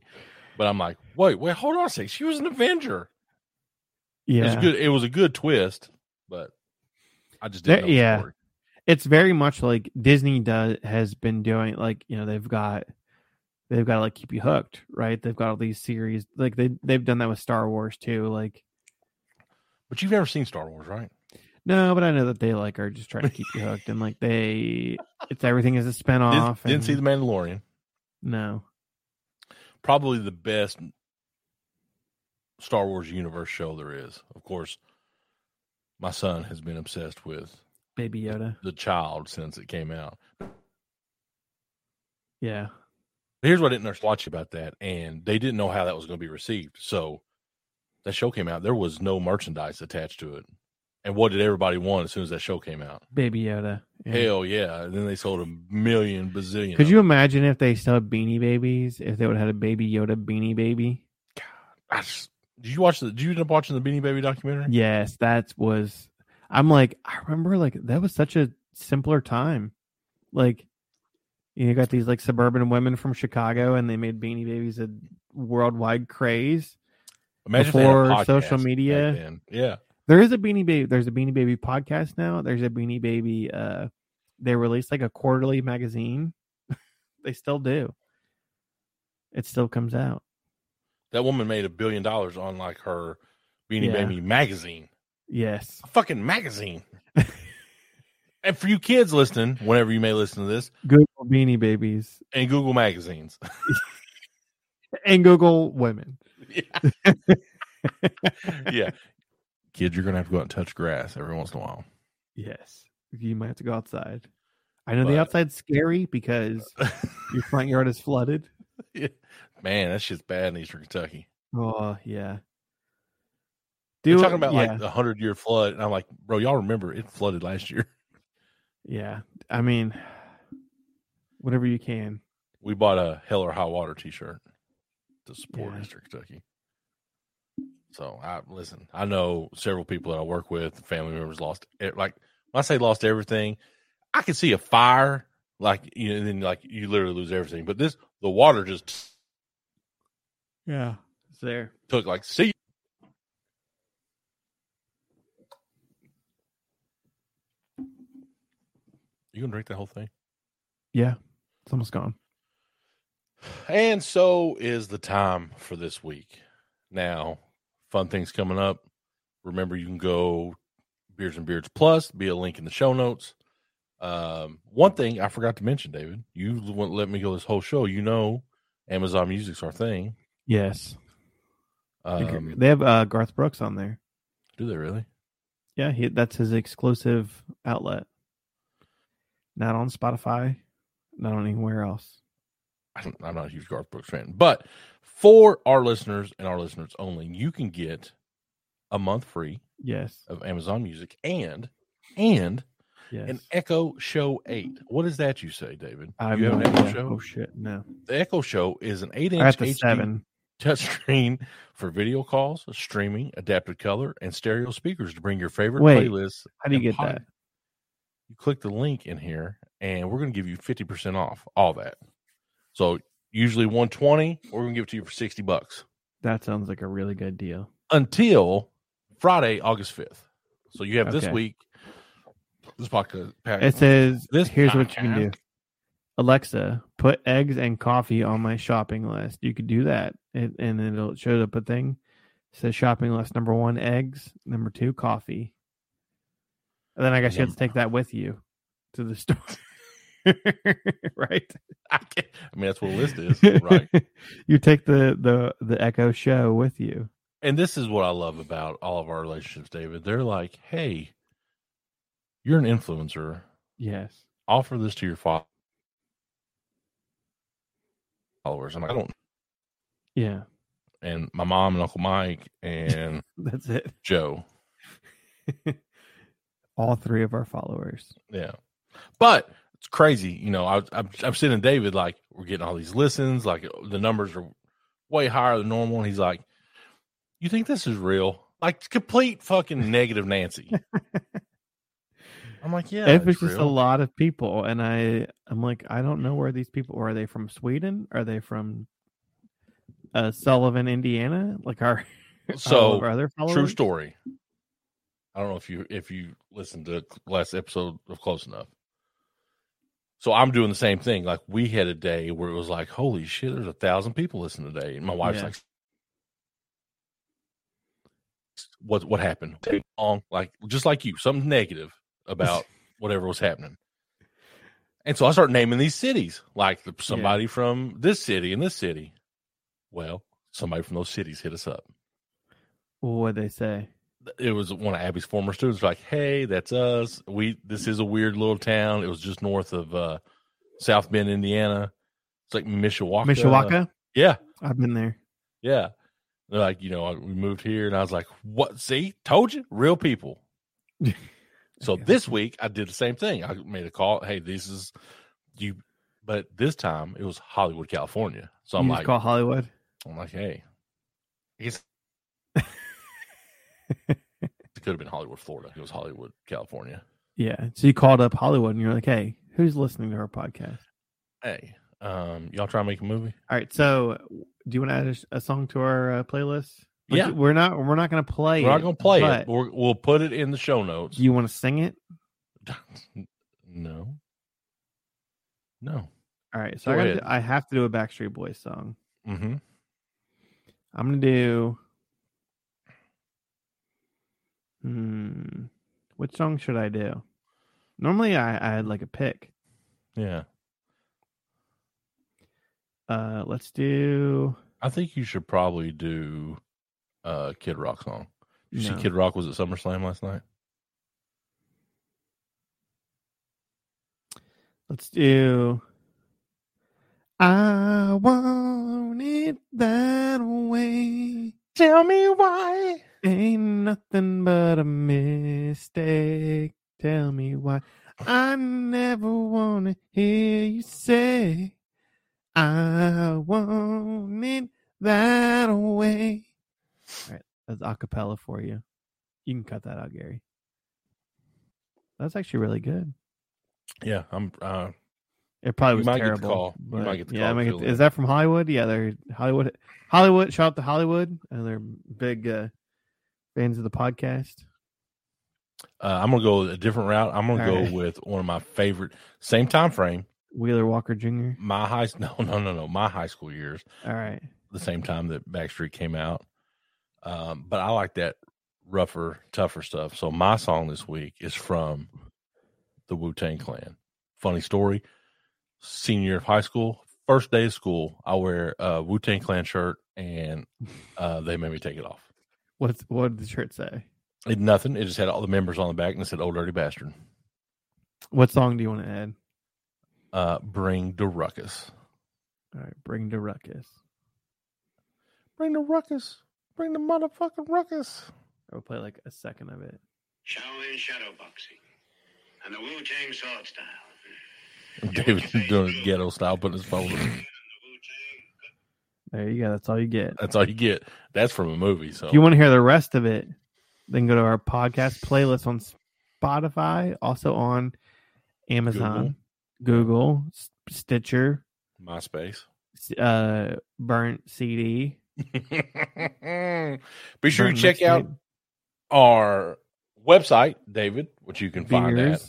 S1: But I'm like, wait, wait, hold on a second. She was an Avenger. It was
S2: yeah.
S1: a good. It was a good twist, but I just didn't.
S2: There-
S1: know the
S2: yeah.
S1: story.
S2: it's very much like Disney does has been doing like you know they've got they've got to like keep you hooked right they've got all these series like they they've done that with Star Wars too like
S1: But you've never seen Star Wars, right?
S2: no but I know that they like are just trying to keep you hooked and like they it's everything is a
S1: Didn't,
S2: spinoff
S1: didn't
S2: and
S1: see The Mandalorian.
S2: no
S1: Probably the best Star Wars universe show there is. Of course, my son has been obsessed with
S2: Baby Yoda
S1: the child since it came out.
S2: yeah
S1: Here's what I didn't understand watch about that, and they didn't know how that was going to be received. So that show came out, there was no merchandise attached to it. And what did everybody want as soon as that show came out?
S2: Baby Yoda yeah.
S1: Hell yeah! And then they sold a million bazillion.
S2: could
S1: of
S2: you
S1: them.
S2: imagine if they still had Beanie Babies if they would have had a Baby Yoda Beanie Baby
S1: I just- did you watch the? Did you end up watching the Beanie Baby documentary?
S2: yes that was i'm like i remember like that was such a simpler time like you got these like suburban women from chicago and they made beanie babies a worldwide craze
S1: Imagine if they had a
S2: Before
S1: podcast
S2: social
S1: back
S2: media.
S1: then. Yeah,
S2: there is a beanie baby there's a beanie baby podcast now there's a beanie baby uh they release like a quarterly magazine they still do it still comes out
S1: that woman made a billion dollars on like her Beanie
S2: Yeah.
S1: Baby magazine.
S2: Yes.
S1: A fucking magazine. and for you kids listening, whenever you may listen to this,
S2: Google beanie babies
S1: and Google magazines.
S2: and Google women.
S1: yeah. Kids, you're gonna have to go out and touch grass every once in a while.
S2: Yes. You might have to go outside. I know
S1: But-
S2: the outside's scary because your front yard is flooded.
S1: Man, that shit's bad in Eastern Kentucky.
S2: Oh yeah.
S1: You're
S2: Do-
S1: talking about
S2: yeah,
S1: like the hundred year flood, and I'm like, bro, y'all remember it flooded last year.
S2: yeah. I mean, whatever you can.
S1: We bought a Hell or High Water T-shirt to support
S2: Yeah.
S1: Eastern Kentucky. So I listen. I know several people that I work with, family members lost. e- Like when I say lost everything, I can see a fire, like you know, and then like you literally lose everything. But this, the water just
S2: Yeah. It's there.
S1: took like see. you. You gonna drink the whole thing?
S2: Yeah. It's almost gone.
S1: And so is the time for this week. Now, fun things coming up. Remember, you can go Beards and Beards Plus, be a link in the show notes. Um, one thing I forgot to mention, David, you wouldn't let me go this whole show. You know, Amazon Music's our thing.
S2: Yes.
S1: Um,
S2: they have uh, Garth Brooks on there.
S1: do they really?
S2: Yeah, he, that's his exclusive outlet. Not on Spotify, not on anywhere else.
S1: I don't, I'm not a huge Garth Brooks fan, but for our listeners and our listeners only, you can get a month free
S2: Yes.
S1: of Amazon Music and and
S2: Yes.
S1: an Echo Show 8. What is that you say, David?
S2: I have
S1: you have
S2: no
S1: an Echo
S2: idea.
S1: Show?
S2: Oh shit, no.
S1: The Echo Show is an 8
S2: I got
S1: inch
S2: the
S1: HD
S2: seven.
S1: touchscreen for video calls, streaming, adaptive color, and stereo speakers to bring your favorite
S2: Wait,
S1: playlists.
S2: How do you
S1: and
S2: get
S1: pod-
S2: that?
S1: You click the link in here, and we're going to give you 50% off all that. So, usually 120 we're going to give it to you for 60 bucks
S2: That sounds like a really good deal.
S1: until Friday, August 5th. So, you have this
S2: Okay.
S1: week. This podcast.
S2: It says
S1: This
S2: here's what you can do.
S1: podcast-
S2: Alexa, put eggs and coffee on my shopping list. You could do that. It, and then it'll show up a thing. It says shopping list number one, eggs, number two, coffee. And then I guess you have to take that with you to the store. right?
S1: I, can't- I mean, that's what a list is, right?
S2: you take the, the the Echo show with you.
S1: and this is what I love about all of our relationships, David. They're like, hey, you're an influencer.
S2: Yes.
S1: Offer this to your fo- followers. I'm like, I don't.
S2: Yeah.
S1: And my mom and Uncle Mike and
S2: That's it.
S1: Joe.
S2: All three of our followers.
S1: Yeah. But it's crazy. You know, I, I'm, I'm sitting David, like, we're getting all these listens. Like, the numbers are way higher than normal. And he's like, you think this is real? Like, complete fucking negative Nancy. I'm like, yeah.
S2: if it's
S1: it's
S2: just a
S1: real."
S2: lot of people and i i'm like i don't know where these people are they from sweden are they from uh sullivan indiana like our all
S1: So
S2: of our other followers?
S1: true story. I don't know if you if you listened to last episode of Close Enough. So I'm doing the same thing. Like we had a day where it was like, holy shit, there's a thousand people listening today. And my wife's
S2: Yeah.
S1: like, what what happened? Too long, like just like you, something negative about whatever was happening. And so I start naming these cities, like the, somebody from this city and this city. Well, somebody from those cities hit us up
S2: what they say
S1: it was one of Abby's former students like, "Hey, that's us. We this is a weird little town. It was just north of uh, South Bend, Indiana. It's like Mishawaka.
S2: mishawaka
S1: Yeah,
S2: i've been there
S1: yeah. They're like, you know, I- we moved here, and I was like, "What? See, told you, real people." so
S2: Okay.
S1: this week I did the same thing. I made a call. Hey, this is you, but this time it was Hollywood, California. So I'm
S2: you
S1: like,
S2: just call hollywood
S1: I'm like, hey, I guess it could have been Hollywood, Florida. It was Hollywood, California.
S2: yeah so you called up hollywood and you're like hey who's listening to our podcast
S1: Hey, um, y'all try to make a movie?
S2: all right so do you want to add a, sh- a song to our uh, playlist Like,
S1: Yeah.
S2: we're not we're not gonna play
S1: We're not
S2: it,
S1: gonna play
S2: but
S1: it. We're, we'll put it in the show notes.
S2: do you want to sing it
S1: no, no.
S2: all right
S1: Go
S2: so I, gotta
S1: ahead.
S2: do- I have to do a backstreet boys song
S1: Mm-hmm.
S2: I'm gonna do. Hmm. Which song should I do? Normally, I, I had like a pick.
S1: Yeah.
S2: Uh, let's do.
S1: I think you should probably do a Kid Rock song. You
S2: no.
S1: see Kid Rock was at SummerSlam last night?
S2: Let's do. I want it that way.
S1: Tell me why.
S2: Ain't nothing but a mistake. Tell me why. I never want to hear you say, I want it that way. All right, that's acapella for you. You can cut that out, Gary. That's actually really good.
S1: Yeah, I'm uh
S2: It probably
S1: You
S2: was
S1: might get the
S2: terrible.
S1: call. You
S2: but-
S1: might get the
S2: yeah, I
S1: call
S2: might
S1: if
S2: get-
S1: you leave.
S2: is that from Hollywood? Yeah, they're Hollywood. Hollywood. Shout out to Hollywood. And they're big uh, fans of the podcast.
S1: uh, I'm gonna go a different route. I'm gonna
S2: All
S1: go
S2: right.
S1: with one of my favorite same time frame.
S2: Wheeler Walker Jr.
S1: My high no no no no my high school years,
S2: All right.
S1: the same time that Backstreet came out. Um, but I like that rougher, tougher stuff. So my song this week is from the Wu Tang Clan. Funny story. Senior year of high school, first day of school, I wear a Wu Tang Clan shirt and uh, they made me take it off.
S2: What's what did the shirt say?
S1: It nothing. It just had all the members on the back and it said "Old Dirty Bastard."
S2: What song do you want to add?
S1: Uh, bring the ruckus.
S2: All right, bring the ruckus.
S1: Bring the ruckus. Bring the motherfucking ruckus.
S2: I'll play like a second of it.
S3: Shaolin shadow boxing, and the Wu Tang sword style.
S1: David's doing it ghetto style, putting his phone. in.
S2: There you go. That's all you get.
S1: That's all you get. That's from a movie. So
S2: If you want to hear the rest of it, then go to our podcast playlist on Spotify, also on Amazon, Google, S- Stitcher,
S1: MySpace.
S2: S- uh, Burnt CD.
S1: Be sure you
S2: Burnt
S1: check out
S2: Mixtape,
S1: our website, David, which you can find at.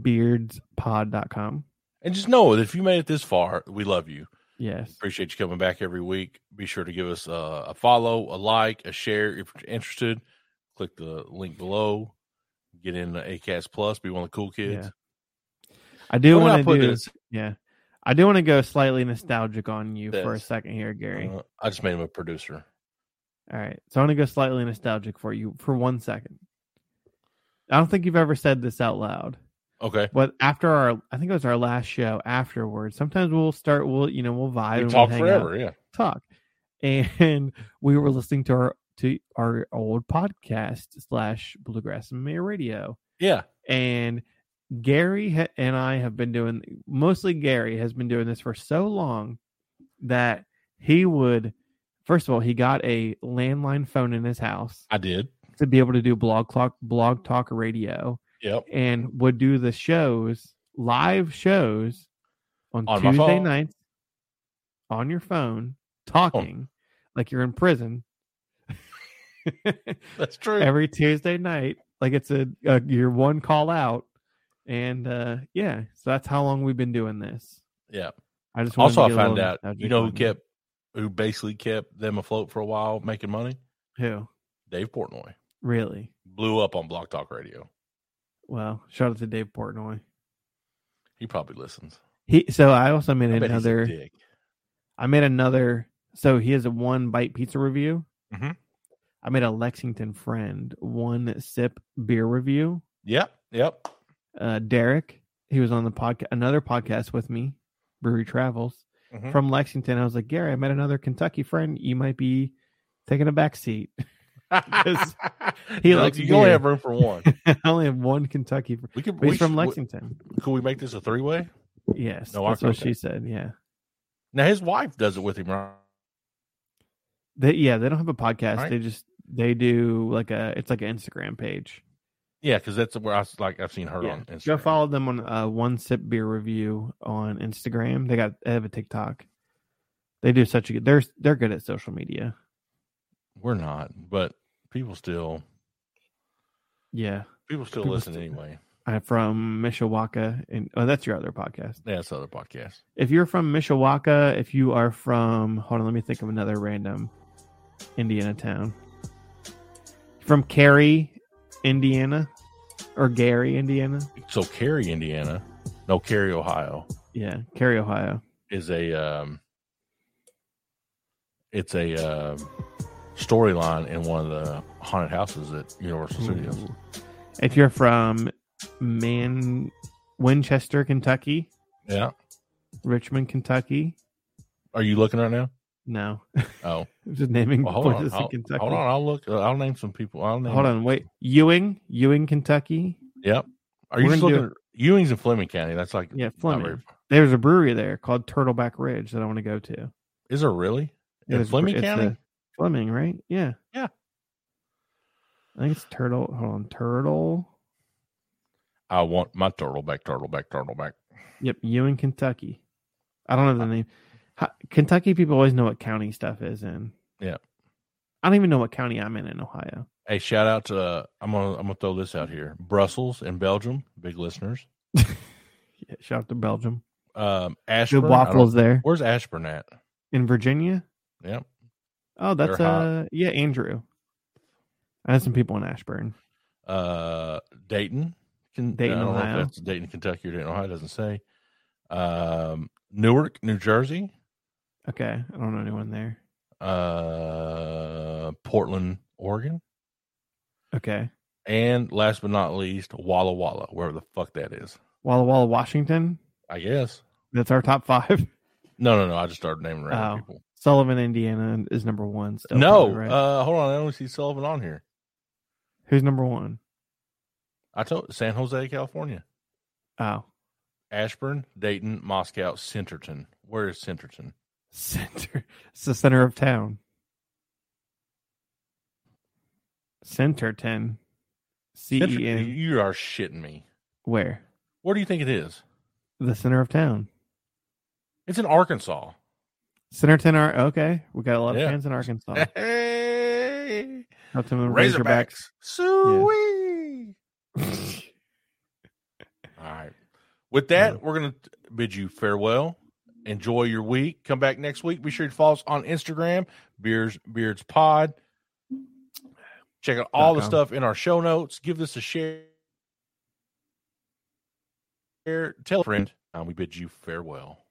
S2: Beards, beardspod.com.
S1: And just know that if you made it this far, we love you.
S2: Yes.
S1: Appreciate you coming back every week. Be sure to give us a, a follow, a like, a share if you're interested. Click the link below. Get in the ACAS Plus. Be one of the cool kids.
S2: Yeah. I do
S1: Where did I
S2: want to
S1: put
S2: do
S1: this?
S2: Yeah. I do want to go slightly nostalgic on you for a
S1: Yes.
S2: second here, Gary.
S1: Uh, I just made him a producer.
S2: All right. So I want to go slightly nostalgic for you for one second. I don't think you've ever said this out loud,
S1: Okay.
S2: but after our, I think it was our last show afterwards, sometimes we'll start, we'll, you know, we'll vibe
S1: We
S2: and
S1: talk
S2: we'll hang out,
S1: forever. Yeah.
S2: talk. And we were listening to our, to our old podcast slash Bluegrass and Mayor Radio.
S1: Yeah.
S2: And Gary ha- and I have been doing, mostly Gary has been doing this for so long that he would, first of all, he got a landline phone in his house
S1: I did.
S2: to be able to do blog talk blog talk radio
S1: Yep.
S2: and would do the shows live shows on,
S1: On my
S2: tuesday
S1: phone. Oh.
S2: nights on your phone talking like you're in prison
S1: That's true.
S2: every tuesday night like it's a, a your one call out and uh yeah so that's how long we've been doing this
S1: yeah.
S2: i just wanted
S1: Also, I
S2: to get a
S1: found
S2: little
S1: out, you
S2: nostalgic
S1: know,
S2: on
S1: who
S2: that.
S1: kept, who basically kept them afloat for a while making money?
S2: who
S1: Dave Portnoy.
S2: really
S1: Blew up on Block Talk Radio.
S2: well shout out to dave portnoy
S1: He probably listens.
S2: he so i also made
S1: I bet he's a
S2: another
S1: dick.
S2: I made another. So he has a one bite pizza review.
S1: Mhm.
S2: I made a Lexington friend one sip beer review.
S1: Yep. Yep.
S2: Uh, Derek, he was on the podcast, another podcast with me, Brewery Travels
S1: Mhm.
S2: from Lexington. I was like, Gary, I met another Kentucky friend. You might be taking a back seat. 'Cause he
S1: You're
S2: likes
S1: you only
S2: beer.
S1: have room for one.
S2: I only have one Kentucky friend.
S1: We could.
S2: He's
S1: we
S2: from
S1: should-
S2: Lexington.
S1: Could we make this a three way?
S2: yes,
S1: No, I-
S2: that's what
S1: okay.
S2: she said. Yeah,
S1: Now his wife does it with him, right?
S2: they, yeah, they don't have a podcast.
S1: Right.
S2: They just they do like a it's like an Instagram page.
S1: Yeah, because that's where I was like I've seen her
S2: Yeah.
S1: on Instagram.
S2: Go follow them on uh, One Sip Beer Review on Instagram. They got they have a TikTok. They do such a good. They're they're good at social media.
S1: We're not, but people still
S2: Yeah,
S1: people still
S2: People
S1: listen
S2: still-
S1: anyway.
S2: I'm from Mishawaka, and oh, that's your other podcast.
S1: Yeah, that's the other podcast.
S2: If you're from Mishawaka, if you are from, hold on, let me think of another random Indiana town. From Cary, Indiana or Gary, Indiana.
S1: So Cary, Indiana, no Cary, Ohio,
S2: Yeah, Cary, Ohio.
S1: is a um, it's a um, storyline in one of the haunted houses at
S2: Hmm.
S1: Universal Studios.
S2: Ooh. If you're from Man Winchester, Kentucky,
S1: Yeah,
S2: Richmond, Kentucky,
S1: are you looking right now?
S2: no,
S1: Oh,
S2: I'm just naming
S1: well, hold on,
S2: places in
S1: I'll,
S2: Kentucky.
S1: hold on. I'll look. I'll name some people. I'll name.
S2: Hold on, wait. Ewing, Ewing, Kentucky.
S1: Yep. Are you
S2: We're
S1: just
S2: gonna do
S1: looking? Ewing's in Fleming County. That's like
S2: Yeah,
S1: not
S2: Fleming.
S1: very-
S2: There's a brewery there called Turtleback Ridge that I want to go to.
S1: Is there really?
S2: Yeah,
S1: In
S2: it's-
S1: Fleming
S2: it's
S1: County?
S2: a- Fleming, right? Yeah.
S1: Yeah.
S2: I think it's Turtle. Hold on, Turtle.
S1: I want my turtle back, turtle back, turtle back.
S2: Yep, Ewing, Kentucky. I don't know
S1: Uh,
S2: the name. Ha- Kentucky people always know what county stuff is in.
S1: Yeah.
S2: I don't even know what county I'm in in Ohio.
S1: Hey, shout out to uh, I'm gonna I'm gonna throw this out here. Brussels in Belgium, big listeners.
S2: Yeah, shout out to Belgium.
S1: Um
S2: Good
S1: Ashburn. I don't-
S2: waffles there
S1: Where's Ashburn at?
S2: in Virginia.
S1: Yep.
S2: Oh, that's
S1: They're hot.
S2: uh yeah, Andrew. I had some people in Ashburn.
S1: Uh Dayton. Can,
S2: Dayton,
S1: I don't know
S2: Ohio.
S1: if that's Dayton, Kentucky or Dayton, Ohio, it doesn't say. Um Newark, New Jersey,
S2: Okay, I don't know anyone there.
S1: uh Portland, Oregon.
S2: Okay,
S1: And last but not least, Walla Walla, wherever the fuck that is.
S2: Walla Walla, Washington.
S1: I guess.
S2: That's our top five.
S1: No, no, no. I just started naming random
S2: Oh.
S1: people.
S2: Sullivan, Indiana is number one. Still
S1: no,
S2: probably, right?
S1: uh, hold on. I only see Sullivan on here.
S2: who's number one?
S1: I told San Jose, California,
S2: Oh,
S1: Ashburn, Dayton, Moscow, Centerton. Where is Centerton?
S2: Center. It's the center of town. Centerton. C
S1: Centerton-
S2: E N.
S1: You are shitting me.
S2: Where?
S1: Where do you think it is?
S2: The center of town.
S1: It's in Arkansas.
S2: Centerton are okay. We got a lot of
S1: Yeah.
S2: fans in Arkansau.
S1: Hey,
S2: Up to the Razorbacks.
S1: Razorbacks. Sweet. All right. With that,
S2: Yeah.
S1: we're going to bid you farewell. Enjoy your week. Come back next week. Be sure to follow us on Instagram, Beers Beards Pod. Check out all the
S2: com.
S1: stuff in our show notes. Give this a share. Share, Tell a friend. And we Uh, bid you farewell.